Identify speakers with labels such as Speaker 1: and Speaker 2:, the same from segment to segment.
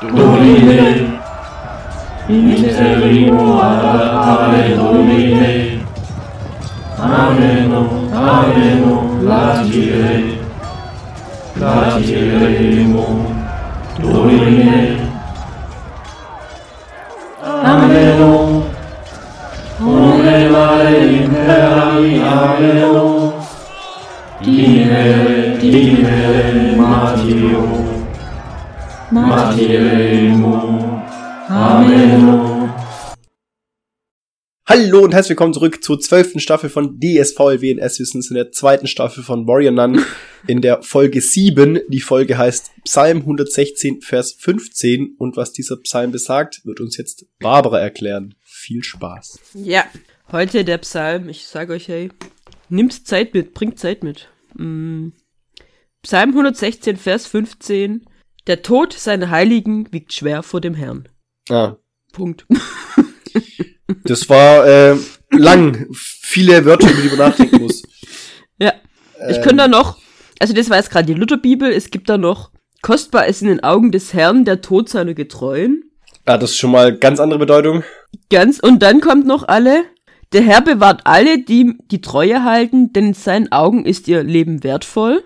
Speaker 1: Domine, interimum ad Domine, Amenum, Amenum, laudire, laudiremum, Domine, Amenum, Omnevare imperavi, Amenum, Dimere, dimere, Mattium, Martiremum. Amen.
Speaker 2: Hallo und herzlich willkommen zurück zur zwölften Staffel von DSVLW in Assistance in der zweiten Staffel von Warrior Nun in der Folge 7. Die Folge heißt Psalm 116, Vers 15 und was dieser Psalm besagt, wird uns jetzt Barbara erklären. Viel Spaß.
Speaker 3: Ja, heute der Psalm. Ich sag euch, hey, nimmt Zeit mit, bringt Zeit mit. Mm. Psalm 116, Vers 15. Der Tod seiner Heiligen wiegt schwer vor dem Herrn.
Speaker 2: Ah,
Speaker 3: Punkt.
Speaker 2: das war äh, lang. Viele Wörter, über die man nachdenken muss.
Speaker 3: ja,
Speaker 2: Ähm.
Speaker 3: ich könnte da noch, also das war jetzt gerade die Lutherbibel, es gibt da noch, kostbar ist in den Augen des Herrn der Tod seiner Getreuen.
Speaker 2: Ah, das ist schon mal ganz andere Bedeutung.
Speaker 3: Ganz, und dann kommt noch alle, der Herr bewahrt alle, die die Treue halten, denn in seinen Augen ist ihr Leben wertvoll.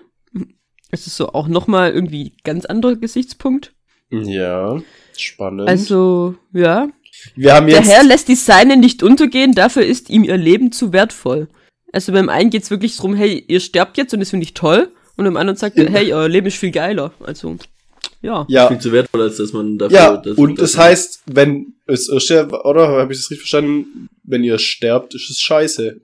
Speaker 3: Es ist so auch nochmal irgendwie ganz anderer Gesichtspunkt.
Speaker 2: Ja, spannend.
Speaker 3: Also, ja,
Speaker 2: wir haben
Speaker 3: Der
Speaker 2: jetzt
Speaker 3: Herr lässt die Seine nicht untergehen, dafür ist ihm ihr Leben zu wertvoll. Also beim einen geht's wirklich drum, hey, ihr sterbt jetzt und das finde ich toll. Und beim anderen sagt er, hey, euer Leben ist viel geiler. Also, ja.
Speaker 2: ja,
Speaker 1: Viel zu wertvoll, als dass man dafür.
Speaker 2: Ah. Ja,
Speaker 1: dass-
Speaker 2: und
Speaker 1: dass
Speaker 2: das
Speaker 1: man-
Speaker 2: heißt, wenn es irrscht, oder? Habe ich das richtig verstanden? Wenn ihr sterbt, ist es scheiße.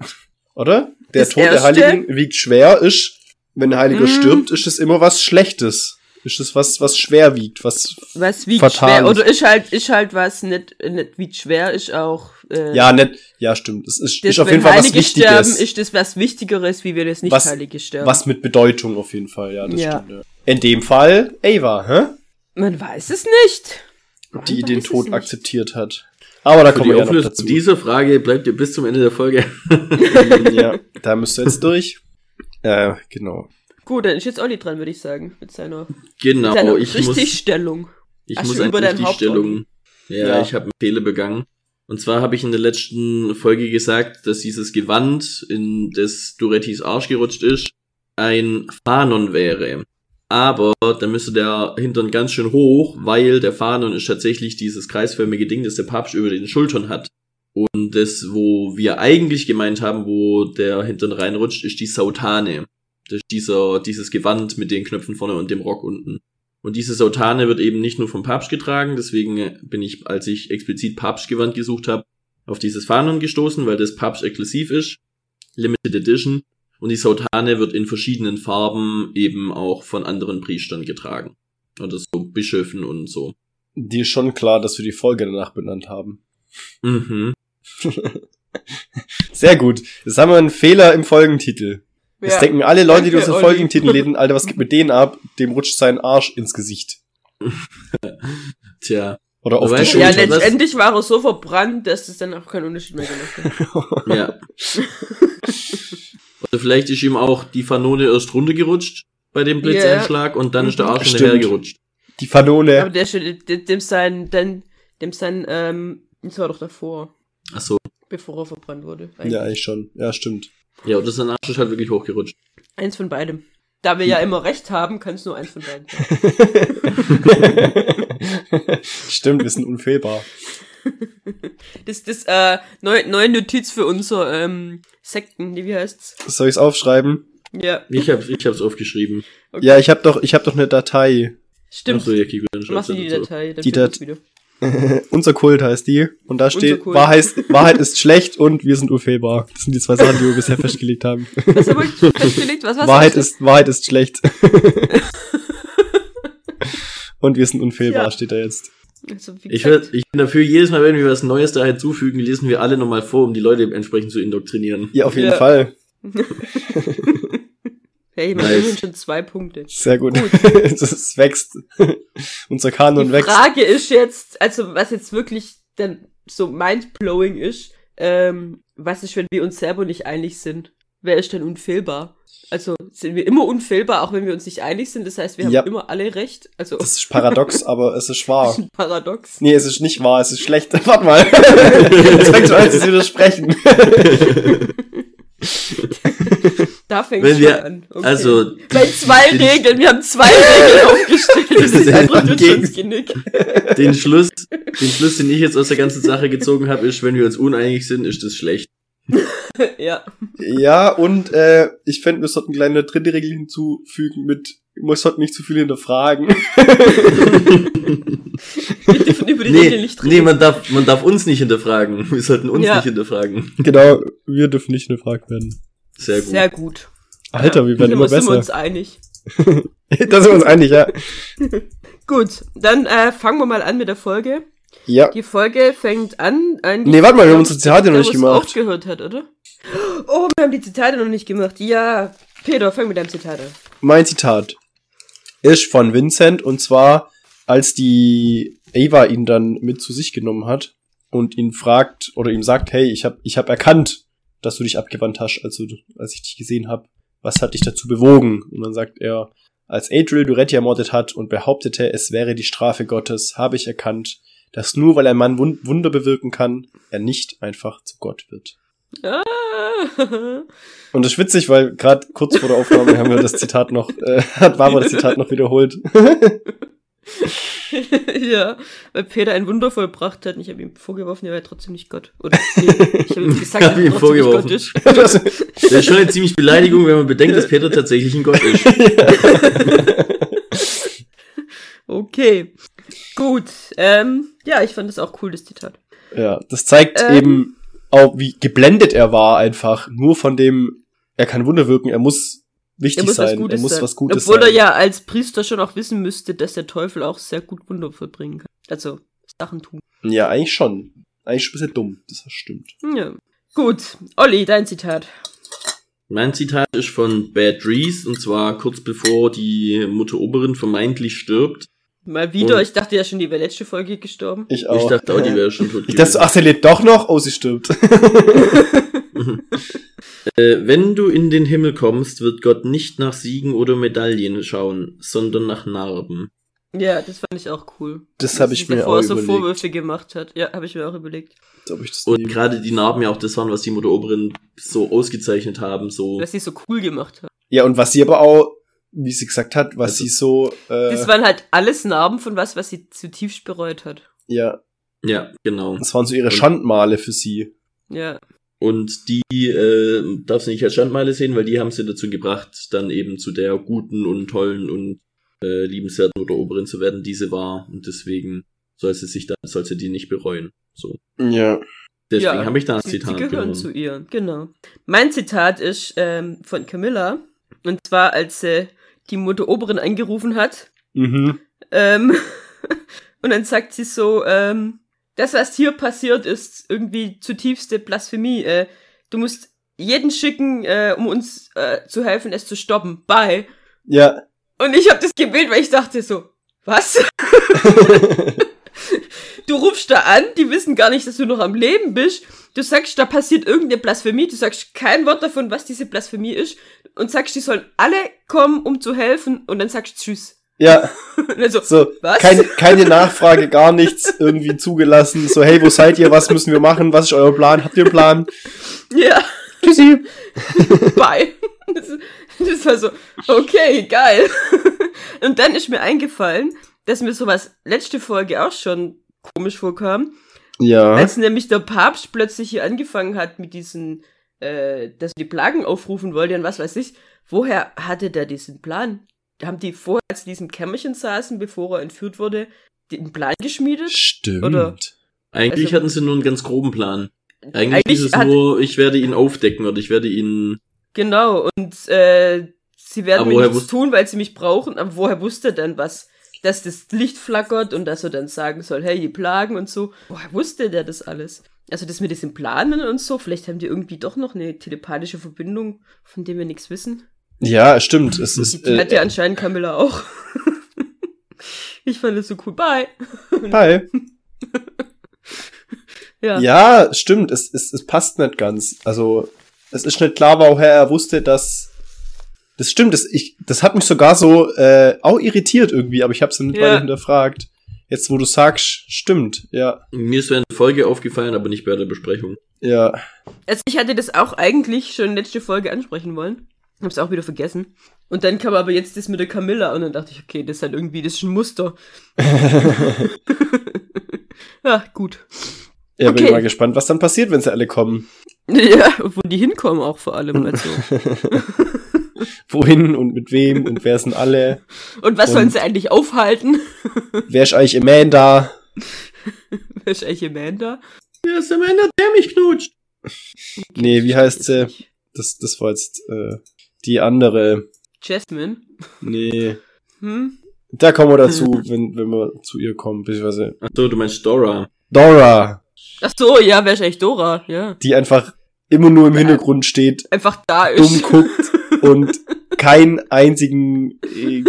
Speaker 2: Oder? Der
Speaker 3: Das
Speaker 2: Tod der
Speaker 3: Erste?
Speaker 2: Heiligen wiegt schwer, ist, wenn ein Heiliger
Speaker 3: Mm.
Speaker 2: stirbt, ist es immer was Schlechtes. Ist es was, was schwer wiegt, was,
Speaker 3: Was wiegt
Speaker 2: Fatal.
Speaker 3: schwer? Oder ist halt, ist halt was nicht, nicht wiegt schwer, ist auch, äh,
Speaker 2: ja, nicht, ja, stimmt. Es ist,
Speaker 3: das,
Speaker 2: ist auf
Speaker 3: wenn
Speaker 2: jeden Fall was
Speaker 3: Heilige sterben,
Speaker 2: Wichtiges.
Speaker 3: ist das was Wichtigeres, wie wir das nicht
Speaker 2: Was-
Speaker 3: Heilige sterben.
Speaker 2: Was mit Bedeutung auf jeden Fall, ja, das
Speaker 3: Ja.
Speaker 2: stimmt. Ja. In dem Fall Ava, hä?
Speaker 3: Man weiß es nicht.
Speaker 2: Die
Speaker 3: Man
Speaker 2: den
Speaker 3: weiß es
Speaker 2: Tod
Speaker 3: nicht.
Speaker 2: akzeptiert hat. Aber da
Speaker 1: Für
Speaker 2: kommen
Speaker 1: die
Speaker 2: wir ja noch
Speaker 1: Auflösung
Speaker 2: dazu.
Speaker 1: dieser Frage bleibt ihr bis zum Ende der Folge.
Speaker 2: ja, da müsst ihr jetzt durch. Äh, genau.
Speaker 3: Gut, dann ist jetzt Olli dran, würde ich sagen, mit seiner, mit
Speaker 1: genau,
Speaker 3: seiner
Speaker 1: ich muss,
Speaker 3: Richtigstellung.
Speaker 1: ich
Speaker 3: Ach,
Speaker 1: muss
Speaker 3: schon
Speaker 1: eine
Speaker 3: über deinem
Speaker 1: Richtigstellung. Ja,
Speaker 2: Ja.
Speaker 1: ich habe einen Fehler begangen. Und zwar habe ich in der letzten Folge gesagt, dass dieses Gewand, in das Durettis Arsch gerutscht ist, ein Fanon wäre. Aber dann müsste der Hintern ganz schön hoch, weil der Fanon ist tatsächlich dieses kreisförmige Ding, das der Papst über den Schultern hat. Und das, wo wir eigentlich gemeint haben, wo der Hintern reinrutscht, ist die Sautane. Das ist dieser, dieses Gewand mit den Knöpfen vorne und dem Rock unten. Und diese Sautane wird eben nicht nur vom Papst getragen, deswegen bin ich, als ich explizit Papstgewand gesucht habe, auf dieses Fanon gestoßen, weil das Papst exklusiv ist, Limited Edition. Und die Sautane wird in verschiedenen Farben eben auch von anderen Priestern getragen. Oder so Bischöfen und so.
Speaker 2: Dir ist schon klar, dass wir die Folge danach benannt haben.
Speaker 1: Mhm.
Speaker 2: Sehr gut. Jetzt haben wir einen Fehler im Folgentitel. Jetzt
Speaker 3: Ja.
Speaker 2: denken alle Leute, die
Speaker 3: Danke,
Speaker 2: uns den
Speaker 3: Olli.
Speaker 2: Folgentitel lesen, Alter, was geht mit denen ab? Dem rutscht sein Arsch ins Gesicht.
Speaker 1: Tja.
Speaker 2: Oder auf die
Speaker 1: Weißt du,
Speaker 3: Ja,
Speaker 2: Schulter.
Speaker 1: Entschuldigung, das-
Speaker 3: letztendlich war er so verbrannt, dass es dann auch keinen Unterschied mehr gemacht hat.
Speaker 1: Ja. Oder vielleicht ist ihm auch die Fanone erst runtergerutscht bei dem Blitzeinschlag und dann ist der Arsch
Speaker 2: Stimmt.
Speaker 1: hinterhergerutscht.
Speaker 2: die Fanone.
Speaker 3: Aber der ist schon- dem, dem sein, dann, dem sein, ähm, das war doch davor,
Speaker 1: Ach so.
Speaker 3: bevor er verbrannt wurde. Eigentlich.
Speaker 2: ja, eigentlich schon. Ja, stimmt.
Speaker 1: Ja, und das Arsch ist halt wirklich hochgerutscht.
Speaker 3: Eins von beidem. Da wir ja
Speaker 2: Hm.
Speaker 3: immer recht haben, kann es nur eins von beiden sein.
Speaker 2: stimmt, wir sind unfehlbar.
Speaker 3: Das, das, äh, neu, neue Notiz für unser, ähm, Sekten, nee, wie heißt's?
Speaker 2: Soll ich's aufschreiben?
Speaker 3: Ja,
Speaker 1: Ich hab's, ich hab's aufgeschrieben.
Speaker 3: Okay.
Speaker 2: Ja, ich habe doch, ich habe doch eine Datei.
Speaker 3: stimmt.
Speaker 1: Ach so, ja, Kiko, dann
Speaker 3: Mach
Speaker 1: schreibst
Speaker 3: sie die
Speaker 1: du so.
Speaker 3: Datei, dann
Speaker 2: Die
Speaker 3: finde ich's
Speaker 2: Dat-
Speaker 3: wieder.
Speaker 2: Unser Kult heißt die. Und da steht,
Speaker 3: Kult.
Speaker 2: Wahrheit, Wahrheit ist schlecht und wir sind unfehlbar. Das sind die zwei Sachen, die wir bisher festgelegt haben.
Speaker 3: Was haben wir festgelegt? Was, was?
Speaker 2: Wahrheit ist, Wahrheit ist schlecht. Und wir sind unfehlbar,
Speaker 3: Ja.
Speaker 2: steht da jetzt.
Speaker 3: Also, wie
Speaker 1: Ich,
Speaker 3: gesagt,
Speaker 1: werd, ich bin dafür, jedes Mal, wenn wir was Neues da hinzufügen, lesen wir alle nochmal vor, um die Leute entsprechend zu indoktrinieren.
Speaker 2: Ja, auf jeden
Speaker 3: Ja.
Speaker 2: Fall.
Speaker 3: hey, man
Speaker 1: Nice.
Speaker 3: nice. schon zwei Punkte.
Speaker 2: Sehr gut.
Speaker 3: Gut.
Speaker 2: Es wächst. Unser Kanon
Speaker 3: Die
Speaker 2: wächst.
Speaker 3: Frage ist jetzt, also was jetzt wirklich dann so mindblowing ist, ähm, was ist, wenn wir uns selber nicht einig sind? wer ist denn unfehlbar? Also sind wir immer unfehlbar, auch wenn wir uns nicht einig sind. Das heißt, wir
Speaker 2: Ja.
Speaker 3: haben immer alle recht. Also
Speaker 2: Das ist paradox, aber es ist wahr.
Speaker 3: das ist ein Paradox.
Speaker 2: Nee, es ist nicht wahr, es ist schlecht. Warte mal. Jetzt fängt schon an, zu widersprechen.
Speaker 3: Da fängt
Speaker 1: Wenn
Speaker 3: es
Speaker 1: wir-
Speaker 3: an.
Speaker 1: also-
Speaker 3: Gleich zwei Regeln. Wir haben zwei Regeln aufgestellt. Das
Speaker 1: ist
Speaker 3: ist
Speaker 1: einfach
Speaker 3: einfach
Speaker 2: gegen-
Speaker 3: uns Genick.
Speaker 1: Den Schluss, den Schluss, den ich jetzt aus der ganzen Sache gezogen habe, ist, wenn wir uns uneinig sind, ist das schlecht.
Speaker 3: Ja.
Speaker 2: Ja, und äh, ich fände, wir sollten gleich eine dritte Regel hinzufügen mit, wir sollten nicht zu viel hinterfragen.
Speaker 3: Wir dürfen über die
Speaker 1: Nee,
Speaker 3: Regeln nicht reden.
Speaker 1: nee man, darf, man darf uns nicht hinterfragen. Wir sollten uns
Speaker 3: Ja.
Speaker 1: nicht hinterfragen.
Speaker 2: genau, wir dürfen nicht hinterfragt werden.
Speaker 1: Sehr gut.
Speaker 3: Sehr gut.
Speaker 2: Alter, wir
Speaker 3: Sind
Speaker 2: werden
Speaker 3: wir
Speaker 2: immer
Speaker 3: sind wir
Speaker 2: besser.
Speaker 3: uns einig.
Speaker 2: da sind wir uns einig, ja.
Speaker 3: Gut, dann äh, fangen wir mal an mit der Folge.
Speaker 2: Ja.
Speaker 3: Die Folge fängt an. Ein
Speaker 2: Nee, warte mal, wir haben unsere Zitate noch
Speaker 3: der,
Speaker 2: nicht
Speaker 3: wo's
Speaker 2: gemacht.
Speaker 3: aufgehört hat, oder? Oh, wir haben die Zitate noch nicht gemacht. Ja, Peter, fang mit deinem Zitat an.
Speaker 2: Mein Zitat ist von Vincent und zwar, als die Ava ihn dann mit zu sich genommen hat und ihn fragt oder ihm sagt, hey, ich hab, ich hab erkannt, dass du dich abgewandt hast, als, du, als ich dich gesehen hab. Was hat dich dazu bewogen? Und dann sagt er, als Adriel Duretti ermordet hat und behauptete, es wäre die Strafe Gottes, habe ich erkannt, dass nur weil ein Mann Wun Wunder bewirken kann, er nicht einfach zu Gott wird.
Speaker 3: Ah.
Speaker 2: Und das ist witzig, weil gerade kurz vor der Aufnahme haben wir das Zitat noch, äh, hat Barbara das Zitat noch wiederholt.
Speaker 3: ja, weil Peter ein Wunder vollbracht hat. und Ich habe ihm vorgeworfen, er wäre trotzdem nicht Gott. Oder nee, ich habe ihm gesagt,
Speaker 1: Ich hab
Speaker 3: er
Speaker 1: ihm
Speaker 3: trotzdem
Speaker 1: vorgeworfen.
Speaker 3: nicht Gott ist.
Speaker 2: Das-
Speaker 1: Das ist schon eine ziemlich Beleidigung, wenn man bedenkt, dass Peter tatsächlich ein Gott ist.
Speaker 3: Okay, gut. Ähm, ja, ich fand das auch cool, das Zitat.
Speaker 2: ja, das zeigt
Speaker 3: Ähm.
Speaker 2: eben auch, wie geblendet er war einfach. Nur von dem, er kann Wunder wirken, er muss wichtig sein, er muss was Gutes
Speaker 3: Obwohl
Speaker 2: sein.
Speaker 3: er ja als Priester schon auch wissen müsste, dass der Teufel auch sehr gut Wunder vollbringen kann. Also Sachen tun.
Speaker 2: ja, eigentlich schon. Eigentlich ist er dumm, das stimmt.
Speaker 3: Ja. Gut, Olli, dein Zitat.
Speaker 1: Mein Zitat ist von Bad Reese, und zwar kurz bevor die Mutter Oberin vermeintlich stirbt.
Speaker 3: Mal wieder,
Speaker 1: Und-
Speaker 3: ich dachte ja schon, die wäre letzte Folge gestorben.
Speaker 2: Ich auch.
Speaker 1: Ich dachte auch, die wäre schon tot
Speaker 2: Ich dachte, ach, sie lebt doch noch? Oh, sie stirbt.
Speaker 1: Äh, wenn du in den Himmel kommst, wird Gott nicht nach Siegen oder Medaillen schauen, sondern nach Narben.
Speaker 3: Ja, das fand ich auch cool.
Speaker 2: Das habe
Speaker 3: Dass
Speaker 2: ich
Speaker 3: sie
Speaker 2: mir
Speaker 3: davor
Speaker 2: auch
Speaker 3: so
Speaker 2: überlegt.
Speaker 3: Vorwürfe gemacht hat. Ja, habe ich mir auch überlegt.
Speaker 2: Ob ich das
Speaker 1: Und
Speaker 2: nehme.
Speaker 1: gerade die Narben ja auch das waren, was die Mutter Oberin so ausgezeichnet haben,
Speaker 2: Oh.
Speaker 1: so.
Speaker 3: Dass sie so cool gemacht hat.
Speaker 2: ja, und was sie aber auch, wie sie gesagt hat, was
Speaker 1: Also-
Speaker 2: sie so, äh,
Speaker 3: Das waren halt alles Narben von was, was sie zutiefst bereut hat.
Speaker 2: ja,
Speaker 1: Ja, genau.
Speaker 2: das waren so ihre
Speaker 1: Und-
Speaker 2: Schandmale für sie.
Speaker 3: Ja.
Speaker 1: Und die äh, darfst du nicht als Standmeile sehen, weil die haben sie dazu gebracht, dann eben zu der guten und tollen und äh, liebenswerten oder Oberin zu werden, die sie war. Und deswegen soll sie sich da, soll sie die nicht bereuen. So.
Speaker 2: Ja.
Speaker 1: Deswegen
Speaker 3: Ja,
Speaker 1: habe ich da ein
Speaker 3: Sie, sie
Speaker 1: Zitat
Speaker 3: gehören
Speaker 1: genommen.
Speaker 3: zu ihr, genau. Mein Zitat ist ähm, von Camilla. Und zwar, als äh, die Mutter Oberin angerufen hat.
Speaker 2: Mhm.
Speaker 3: Ähm, und dann sagt sie so, ähm, das, was hier passiert, ist irgendwie zutiefste Blasphemie. Äh, du musst jeden schicken, äh, um uns äh, zu helfen, es zu stoppen. Bye.
Speaker 2: Ja.
Speaker 3: Und ich habe das gewählt, weil ich dachte so, was? du rufst da an, die wissen gar nicht, dass du noch am Leben bist. Du sagst, da passiert irgendeine Blasphemie. Du sagst kein Wort davon, was diese Blasphemie ist. Und sagst, die sollen alle kommen, um zu helfen. Und dann sagst du Tschüss.
Speaker 2: ja.
Speaker 3: Und dann so,
Speaker 2: So,
Speaker 3: was?
Speaker 2: kein, keine Nachfrage, gar nichts irgendwie zugelassen. So, hey, wo seid ihr? Was müssen wir machen? Was ist euer Plan? Habt ihr einen Plan?
Speaker 3: Ja.
Speaker 2: Tschüssi.
Speaker 3: Bye. Das, das war so, okay, geil. Und dann ist mir eingefallen, dass mir sowas letzte Folge auch schon komisch vorkam,
Speaker 2: Ja.
Speaker 3: als nämlich der Papst plötzlich hier angefangen hat mit diesen, äh, dass er die Plagen aufrufen wollte und was weiß ich. Woher hatte der diesen Plan? Haben die vorher, als die in diesem Kämmerchen saßen, bevor er entführt wurde, den Plan geschmiedet?
Speaker 2: Stimmt.
Speaker 3: Oder-
Speaker 1: Eigentlich
Speaker 3: Also-
Speaker 1: hatten sie nur einen ganz groben Plan. Eigentlich,
Speaker 3: Eigentlich
Speaker 1: ist es
Speaker 3: hat-
Speaker 1: nur, ich werde ihn aufdecken oder ich werde ihn.
Speaker 3: Genau, und äh, sie werden
Speaker 1: Aber
Speaker 3: mir
Speaker 1: woher
Speaker 3: nichts
Speaker 1: wus-
Speaker 3: tun, weil sie mich brauchen. Aber woher wusste er denn was? Dass das Licht flackert und dass er dann sagen soll, hey, die plagen und so. Woher wusste der das alles? Also das mit diesem Planen und so, vielleicht haben die irgendwie doch noch eine telepathische Verbindung, von dem wir nichts wissen.
Speaker 2: Ja, stimmt. Es ist.
Speaker 3: Die hat
Speaker 2: Äh,
Speaker 3: ja anscheinend Camilla auch. ich fand das so cool. Bye.
Speaker 2: hi.
Speaker 3: Ja.
Speaker 2: Ja, stimmt. Es, es, es passt nicht ganz. Also, Es ist nicht klar, woher er wusste, dass. Das stimmt, das, ich, das hat mich sogar so äh, auch irritiert irgendwie, aber ich habe es nicht
Speaker 3: Ja.
Speaker 2: weiter hinterfragt. Jetzt, wo du sagst, stimmt, ja,
Speaker 1: Mir ist während der Folge aufgefallen, aber nicht bei der Besprechung.
Speaker 2: ja.
Speaker 3: Also ich hatte das auch eigentlich schon letzte Folge ansprechen wollen. Hab's auch wieder vergessen. Und dann kam aber jetzt das mit der Camilla und dann dachte ich, okay, das ist halt irgendwie, das ist ein Muster. ja, gut.
Speaker 2: Ja, bin
Speaker 3: Okay.
Speaker 2: mal gespannt, was dann passiert, wenn sie alle kommen.
Speaker 3: Ja, wo die hinkommen auch vor allem. Also.
Speaker 2: Wohin und mit wem und wer sind alle?
Speaker 3: Und was sollen
Speaker 2: Und-
Speaker 3: sie eigentlich aufhalten?
Speaker 2: Wer ist eigentlich Amanda?
Speaker 3: Wer ist eigentlich Amanda?
Speaker 1: Wer ist Amanda, der mich knutscht?
Speaker 2: Nee, wie heißt sie?
Speaker 3: Ist nicht
Speaker 2: Das, das war jetzt äh, die andere.
Speaker 3: Jasmine.
Speaker 2: Nee.
Speaker 3: Hm?
Speaker 2: Da kommen wir dazu, wenn, wenn wir zu ihr kommen, beziehungsweise
Speaker 1: Achso, du meinst Dora.
Speaker 2: Dora,
Speaker 3: Ach so, ja, wer ist eigentlich Dora? Ja.
Speaker 2: die einfach immer nur im Hintergrund steht,
Speaker 3: Einfach da
Speaker 2: dumm
Speaker 3: ist.
Speaker 2: guckt und keinen einzigen äh,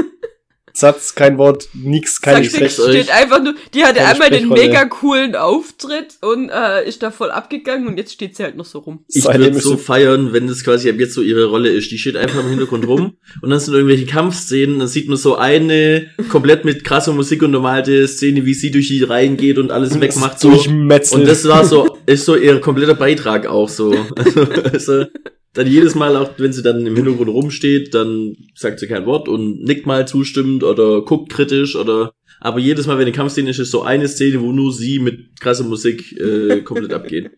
Speaker 2: Satz, kein Wort, nix, keine
Speaker 3: Zack,
Speaker 1: Sprech-
Speaker 2: Sprech.
Speaker 1: euch.
Speaker 3: steht einfach nur, die hatte
Speaker 2: Keine
Speaker 3: einmal den
Speaker 2: Sprechrolle.
Speaker 3: mega coolen Auftritt und äh, ist da voll abgegangen und jetzt steht sie halt noch so rum.
Speaker 1: Ich
Speaker 2: Seitdem
Speaker 1: würde
Speaker 2: ist
Speaker 1: so
Speaker 2: sie-
Speaker 1: feiern, wenn das quasi ab jetzt so ihre Rolle ist. Die steht einfach im Hintergrund rum und dann sind irgendwelche Kampfszenen, dann sieht man so eine komplett mit krasser Musik untermalte Szene, wie sie durch die Reihen geht und alles wegmacht. So.
Speaker 2: durchmetzen.
Speaker 1: Und das war so, ist so ihr kompletter Beitrag auch so. Also, also, dann jedes Mal, auch wenn sie dann im Hintergrund rumsteht, dann sagt sie kein Wort und nickt mal zustimmend oder guckt kritisch oder aber jedes Mal, wenn eine Kampfszene ist, ist so eine Szene, wo nur sie mit krasser Musik äh, komplett abgeht.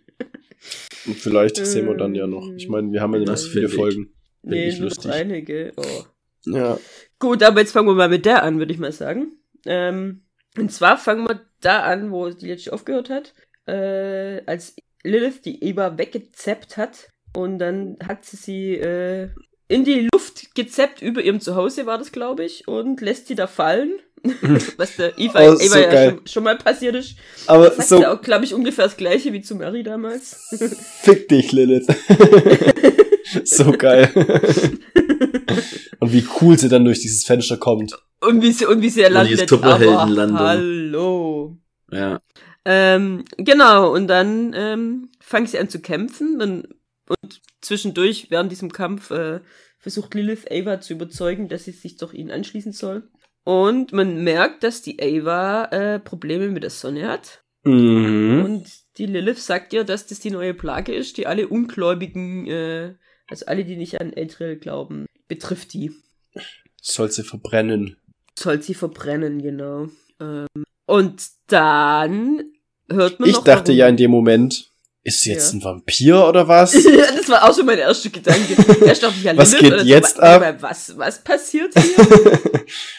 Speaker 2: Und Vielleicht sehen wir dann ja noch. Ich meine, wir haben ja noch
Speaker 1: Das
Speaker 2: viele
Speaker 1: finde ich.
Speaker 2: Folgen. Bin
Speaker 3: Nee,
Speaker 2: ich
Speaker 3: nur noch
Speaker 2: lustig.
Speaker 3: eine, gell? Oh.
Speaker 2: Ja.
Speaker 3: Gut, aber jetzt fangen wir mal mit der an, würde ich mal sagen. Ähm, und zwar fangen wir da an, wo die letzte aufgehört hat. Äh, als Lilith die Eva weggezappt hat und dann hat sie sie äh, in die Luft gezappt, über ihrem Zuhause war das, glaube ich, und lässt sie da fallen. Was der Eva,
Speaker 2: Oh,
Speaker 3: Eva
Speaker 2: so
Speaker 3: ja
Speaker 2: geil.
Speaker 3: schon, schon mal passiert ist.
Speaker 2: Aber
Speaker 3: Sagt
Speaker 2: so,
Speaker 3: sie auch, glaube ich, ungefähr das gleiche wie zu Mary damals.
Speaker 2: Fick dich, Lilith. so geil. Und wie cool sie dann durch dieses Fenster kommt.
Speaker 3: Und wie sie, und wie sie
Speaker 1: Und die
Speaker 3: landet.
Speaker 1: Superheldenlandung.
Speaker 3: Aber hallo.
Speaker 1: Ja.
Speaker 3: Ähm, genau, und dann ähm, fangen sie an zu kämpfen und, und zwischendurch während diesem Kampf äh, versucht Lilith Ava zu überzeugen, dass sie sich doch ihnen anschließen soll. Und man merkt, dass die Ava äh, Probleme mit der Sonne hat.
Speaker 1: Hm?
Speaker 2: Mhm.
Speaker 3: Und die Lilith sagt ihr, dass das die neue Plage ist, die alle Ungläubigen, äh, also alle, die nicht an Adriel glauben, betrifft die.
Speaker 2: Soll sie verbrennen.
Speaker 3: Soll sie verbrennen, genau. Ähm, und dann hört man
Speaker 2: Ich
Speaker 3: noch
Speaker 2: dachte
Speaker 3: warum-
Speaker 2: ja in dem Moment, ist sie jetzt
Speaker 3: Ja.
Speaker 2: ein Vampir oder was?
Speaker 3: Ja, das war auch schon mein erster Gedanke. Erst dachte ich, ja,
Speaker 2: Was
Speaker 3: Lilith,
Speaker 2: geht
Speaker 3: oder so,
Speaker 2: jetzt
Speaker 3: wa-
Speaker 2: ab?
Speaker 3: aber Was, was passiert hier?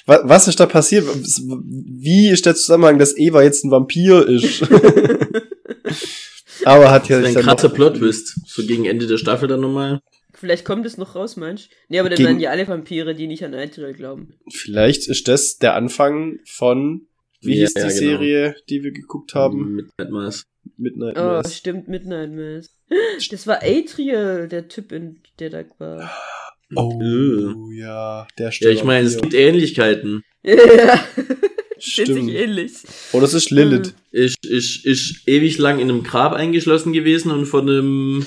Speaker 2: Wa- was ist da passiert? Was- Wie ist der Zusammenhang, dass Eva jetzt ein Vampir ist? Aber hat ja
Speaker 1: Das ist
Speaker 2: sich
Speaker 1: ein
Speaker 2: dann
Speaker 1: krasser
Speaker 2: noch-
Speaker 1: Plot-Twist. So gegen Ende der Staffel dann nochmal.
Speaker 3: Vielleicht kommt es noch raus, meinst du? Nee, aber dann
Speaker 2: Gegen-
Speaker 3: werden ja alle Vampire, die nicht an Eiterel glauben.
Speaker 2: Vielleicht ist das der Anfang von, wie
Speaker 1: Ja,
Speaker 2: hieß die
Speaker 1: ja, genau. Mhm.
Speaker 2: Serie, die wir geguckt haben?
Speaker 1: Mit Nightmares.
Speaker 2: Midnight
Speaker 3: Oh,
Speaker 2: Mass.
Speaker 3: stimmt, Midnight Mass. Das war Adriel, der Typ, in, der da war.
Speaker 2: Oh,
Speaker 1: Äh.
Speaker 2: ja, der
Speaker 1: Ja,
Speaker 2: stimmt.
Speaker 1: ich meine, es gibt Ähnlichkeiten.
Speaker 3: Ja, sind sich
Speaker 2: Stimmt.
Speaker 3: ähnlich.
Speaker 2: Oh, das ist Lilith.
Speaker 1: Ich, ich, ich ewig lang in einem Grab eingeschlossen gewesen und von einem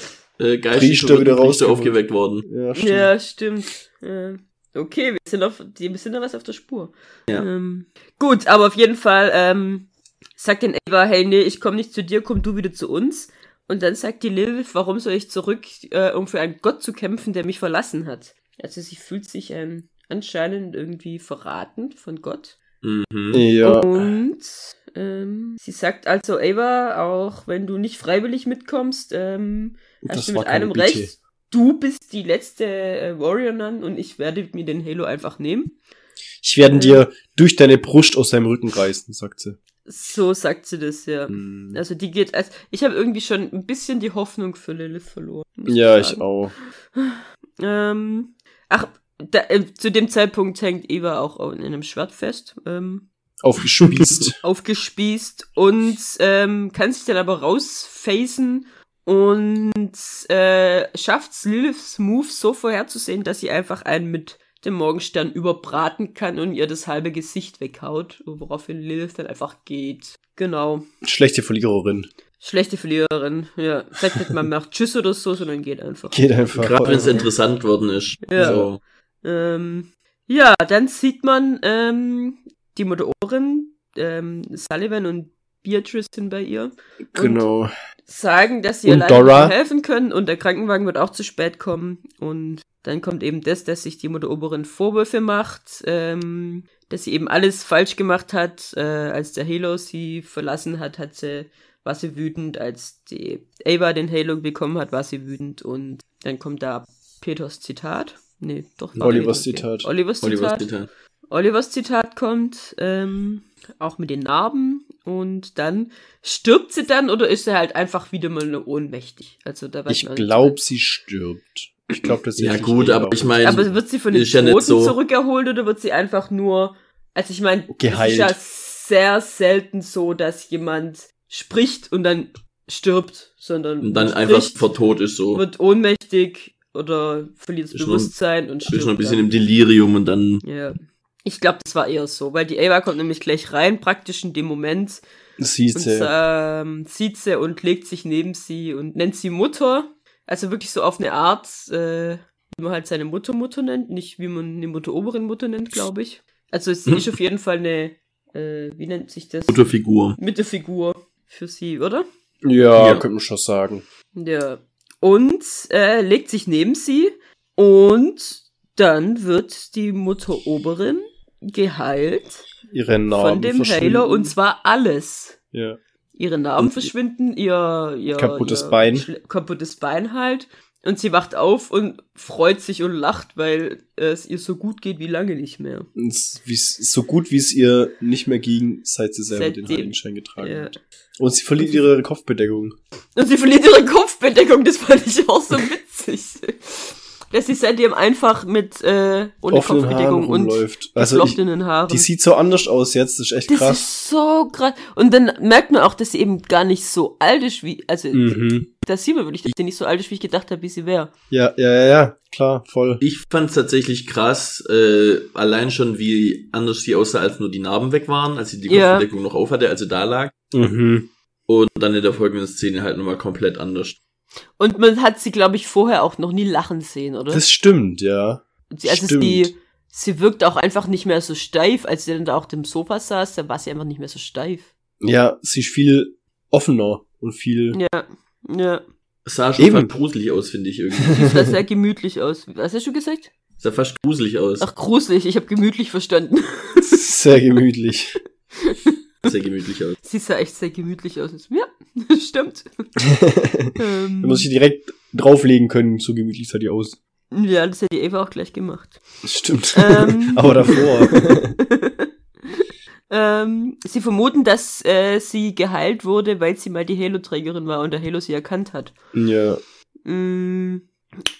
Speaker 2: Priester
Speaker 1: äh, geistigen
Speaker 2: wieder rausgeholt.
Speaker 1: aufgeweckt worden.
Speaker 2: Ja, stimmt.
Speaker 3: Hm. Ja, stimmt. Ja. Okay, wir sind, auf, die- wir sind da was auf der Spur.
Speaker 1: Ja.
Speaker 3: Ähm, gut, aber auf jeden Fall ähm, sagt den Eva, hey, nee, ich komme nicht zu dir, komm du wieder zu uns. Und dann sagt die Lilith, warum soll ich zurück, äh, um für einen Gott zu kämpfen, der mich verlassen hat? Also sie fühlt sich ähm, anscheinend irgendwie verraten von Gott.
Speaker 1: Mhm.
Speaker 2: Ja.
Speaker 3: Und ähm, sie sagt also, Ava, auch wenn du nicht freiwillig mitkommst, ähm,
Speaker 2: Das
Speaker 3: hast du
Speaker 2: war
Speaker 3: mit
Speaker 2: keine
Speaker 3: einem
Speaker 2: Bitte.
Speaker 3: recht. Du bist die letzte äh, Warrior Nun und ich werde mir den Halo einfach nehmen.
Speaker 2: Ich werde dir durch deine Brust aus deinem Rücken reißen, sagt sie.
Speaker 3: So sagt sie das ja.
Speaker 2: Mhm.
Speaker 1: Hm.
Speaker 3: Also die geht als ich habe irgendwie schon ein bisschen die Hoffnung für Lilith verloren. muss
Speaker 2: Ja, ich
Speaker 3: sagen.
Speaker 2: auch.
Speaker 3: Ähm, ach, da, äh, zu dem Zeitpunkt hängt Eva auch in einem Schwert fest. Ähm,
Speaker 2: Aufgespießt.
Speaker 3: aufgespießt und ähm, kann sich dann aber rausfacen und äh, schafft's Liliths Move so vorherzusehen, dass sie einfach einen mit dem Morgenstern überbraten kann und ihr das halbe Gesicht weghaut, woraufhin Lilith dann einfach geht. Genau.
Speaker 2: Schlechte Verliererin.
Speaker 3: Schlechte Verliererin. Ja. Sagt nicht, man macht Tschüss oder so, sondern geht einfach.
Speaker 2: Geht einfach.
Speaker 1: Gerade wenn es interessant worden ist.
Speaker 3: Ja.
Speaker 1: So.
Speaker 3: Ähm, ja, dann sieht man ähm, die Moderatorin, ähm, Sullivan und Beatrice sind bei ihr.
Speaker 2: genau.
Speaker 3: Sagen, dass sie ihr
Speaker 2: Und
Speaker 3: leider
Speaker 2: Dora.
Speaker 3: nicht mehr helfen können und der Krankenwagen wird auch zu spät kommen. Und dann kommt eben das, dass sich die Moderatorin Vorwürfe macht, ähm, dass sie eben alles falsch gemacht hat. Äh, als der Halo sie verlassen hat, hat sie, war sie wütend. Als die Ava den Halo bekommen hat, war sie wütend. Und dann kommt da Peters Zitat. Nee, doch. nicht
Speaker 2: Olivers
Speaker 3: Peters,
Speaker 2: Zitat.
Speaker 3: Olivers Zitat.
Speaker 1: Oliver Zitat.
Speaker 3: Olivers Zitat kommt, ähm, auch mit den Narben und dann stirbt sie dann oder ist sie halt einfach wieder mal nur ohnmächtig. Also da weiß
Speaker 2: Ich
Speaker 3: man nicht.
Speaker 2: glaube, sie stirbt. Ich glaube, das ist
Speaker 1: Ja
Speaker 2: nicht
Speaker 1: gut,
Speaker 2: ihr
Speaker 1: aber
Speaker 2: Glauben.
Speaker 1: ich meine,
Speaker 3: Aber wird sie von den
Speaker 1: ist ja nicht
Speaker 3: Toten
Speaker 1: so.
Speaker 3: zurückerholt oder wird sie einfach nur, also ich meine, es
Speaker 2: Geheilt.
Speaker 3: ist ja sehr selten so, dass jemand spricht und dann stirbt, sondern
Speaker 1: und dann
Speaker 3: man
Speaker 1: einfach
Speaker 3: spricht,
Speaker 1: vor tot ist so.
Speaker 3: wird ohnmächtig oder verliert das
Speaker 1: Ist noch-
Speaker 3: Bewusstsein und
Speaker 1: Ist
Speaker 3: stirbt.
Speaker 1: noch ein bisschen
Speaker 3: dann.
Speaker 1: im Delirium und dann
Speaker 3: Ja. Ich glaube, das war eher so, weil die Ava kommt nämlich gleich rein, praktisch in dem Moment.
Speaker 2: sie
Speaker 3: Und
Speaker 2: zählt.
Speaker 3: ähm, sieht sie und legt sich neben sie und nennt sie Mutter. Also wirklich so auf eine Art, äh, wie man halt seine Mutter Mutter nennt, nicht wie man eine Mutter oberen Mutter nennt, glaube ich. Also sie
Speaker 1: Hm.
Speaker 3: ist auf jeden Fall eine, äh, wie nennt sich das?
Speaker 1: gute Figur.
Speaker 3: Mittelfigur für sie, oder?
Speaker 2: Ja,
Speaker 1: Ja.
Speaker 2: könnte man schon sagen.
Speaker 3: Ja. Und äh, legt sich neben sie und dann wird die Mutter Oberin geheilt
Speaker 2: Ihre Narben
Speaker 3: von dem
Speaker 2: verschwinden.
Speaker 3: Halo und zwar alles.
Speaker 2: Ja.
Speaker 3: ihre Narben
Speaker 1: Und-
Speaker 3: verschwinden, ihr, ihr
Speaker 2: Kaputtes
Speaker 3: ihr
Speaker 2: Bein.
Speaker 3: schle- kaputtes Bein halt. Und sie wacht auf und freut sich und lacht, weil es ihr so gut geht wie lange nicht mehr.
Speaker 2: Und s- wie's- so gut wie es ihr nicht mehr ging, seit sie selber
Speaker 3: Seitdem-
Speaker 2: den Heiligenschein getragen
Speaker 3: Ja.
Speaker 2: hat. Und sie verliert ihre Kopfbedeckung.
Speaker 3: Und sie verliert ihre Kopfbedeckung, das fand ich auch so witzig. Dass sie seitdem einfach mit äh, ohne
Speaker 2: Offenen Haaren
Speaker 3: Kopfbedeckung und
Speaker 2: rumläuft. Also ich,
Speaker 3: geflochtenen Haaren.
Speaker 2: die sieht so anders aus jetzt, das ist echt
Speaker 3: das
Speaker 2: krass.
Speaker 3: ist so krass. Und dann merkt man auch, dass sie eben gar nicht so alt ist wie. Also,
Speaker 2: Mhm.
Speaker 3: das sieht man wirklich, dass sie nicht so alt ist, wie ich gedacht habe, wie sie wäre.
Speaker 2: Ja, ja, ja, ja, klar, voll.
Speaker 1: Ich fand es tatsächlich krass, äh, allein schon wie anders sie aussah, als nur die Narben weg waren, als sie die
Speaker 3: Ja.
Speaker 1: Kopfbedeckung noch auf hatte, als sie da lag.
Speaker 2: Mhm.
Speaker 1: Und dann in der folgenden Szene halt nochmal komplett anders.
Speaker 3: Und man hat sie, glaube ich, vorher auch noch nie lachen sehen, oder?
Speaker 2: Das stimmt, ja.
Speaker 3: Und sie, also
Speaker 2: Stimmt.
Speaker 3: sie, sie wirkt auch einfach nicht mehr so steif, als sie dann da auf dem Sofa saß, da war sie einfach nicht mehr so steif.
Speaker 2: Ja, sie ist viel offener und viel.
Speaker 3: Ja, ja.
Speaker 1: Es sah schon
Speaker 2: Eben.
Speaker 1: fast gruselig aus, finde ich irgendwie.
Speaker 3: Sie sah sehr gemütlich aus. Was hast du gesagt?
Speaker 1: Es sah fast gruselig aus.
Speaker 3: Ach, gruselig, ich habe gemütlich verstanden.
Speaker 2: Sehr gemütlich.
Speaker 1: Sehr gemütlich aus.
Speaker 3: Sie sah echt sehr gemütlich aus. Ja, stimmt.
Speaker 2: Da
Speaker 3: ähm,
Speaker 2: muss ich direkt drauflegen können, so gemütlich sah die aus.
Speaker 3: ja, das hat die Eva auch gleich gemacht.
Speaker 2: Stimmt.
Speaker 3: Ähm.
Speaker 2: Aber davor.
Speaker 3: Ähm, sie vermuten, dass äh, sie geheilt wurde, weil sie mal die Halo-Trägerin war und der Halo sie erkannt hat.
Speaker 2: ja.
Speaker 3: Mm.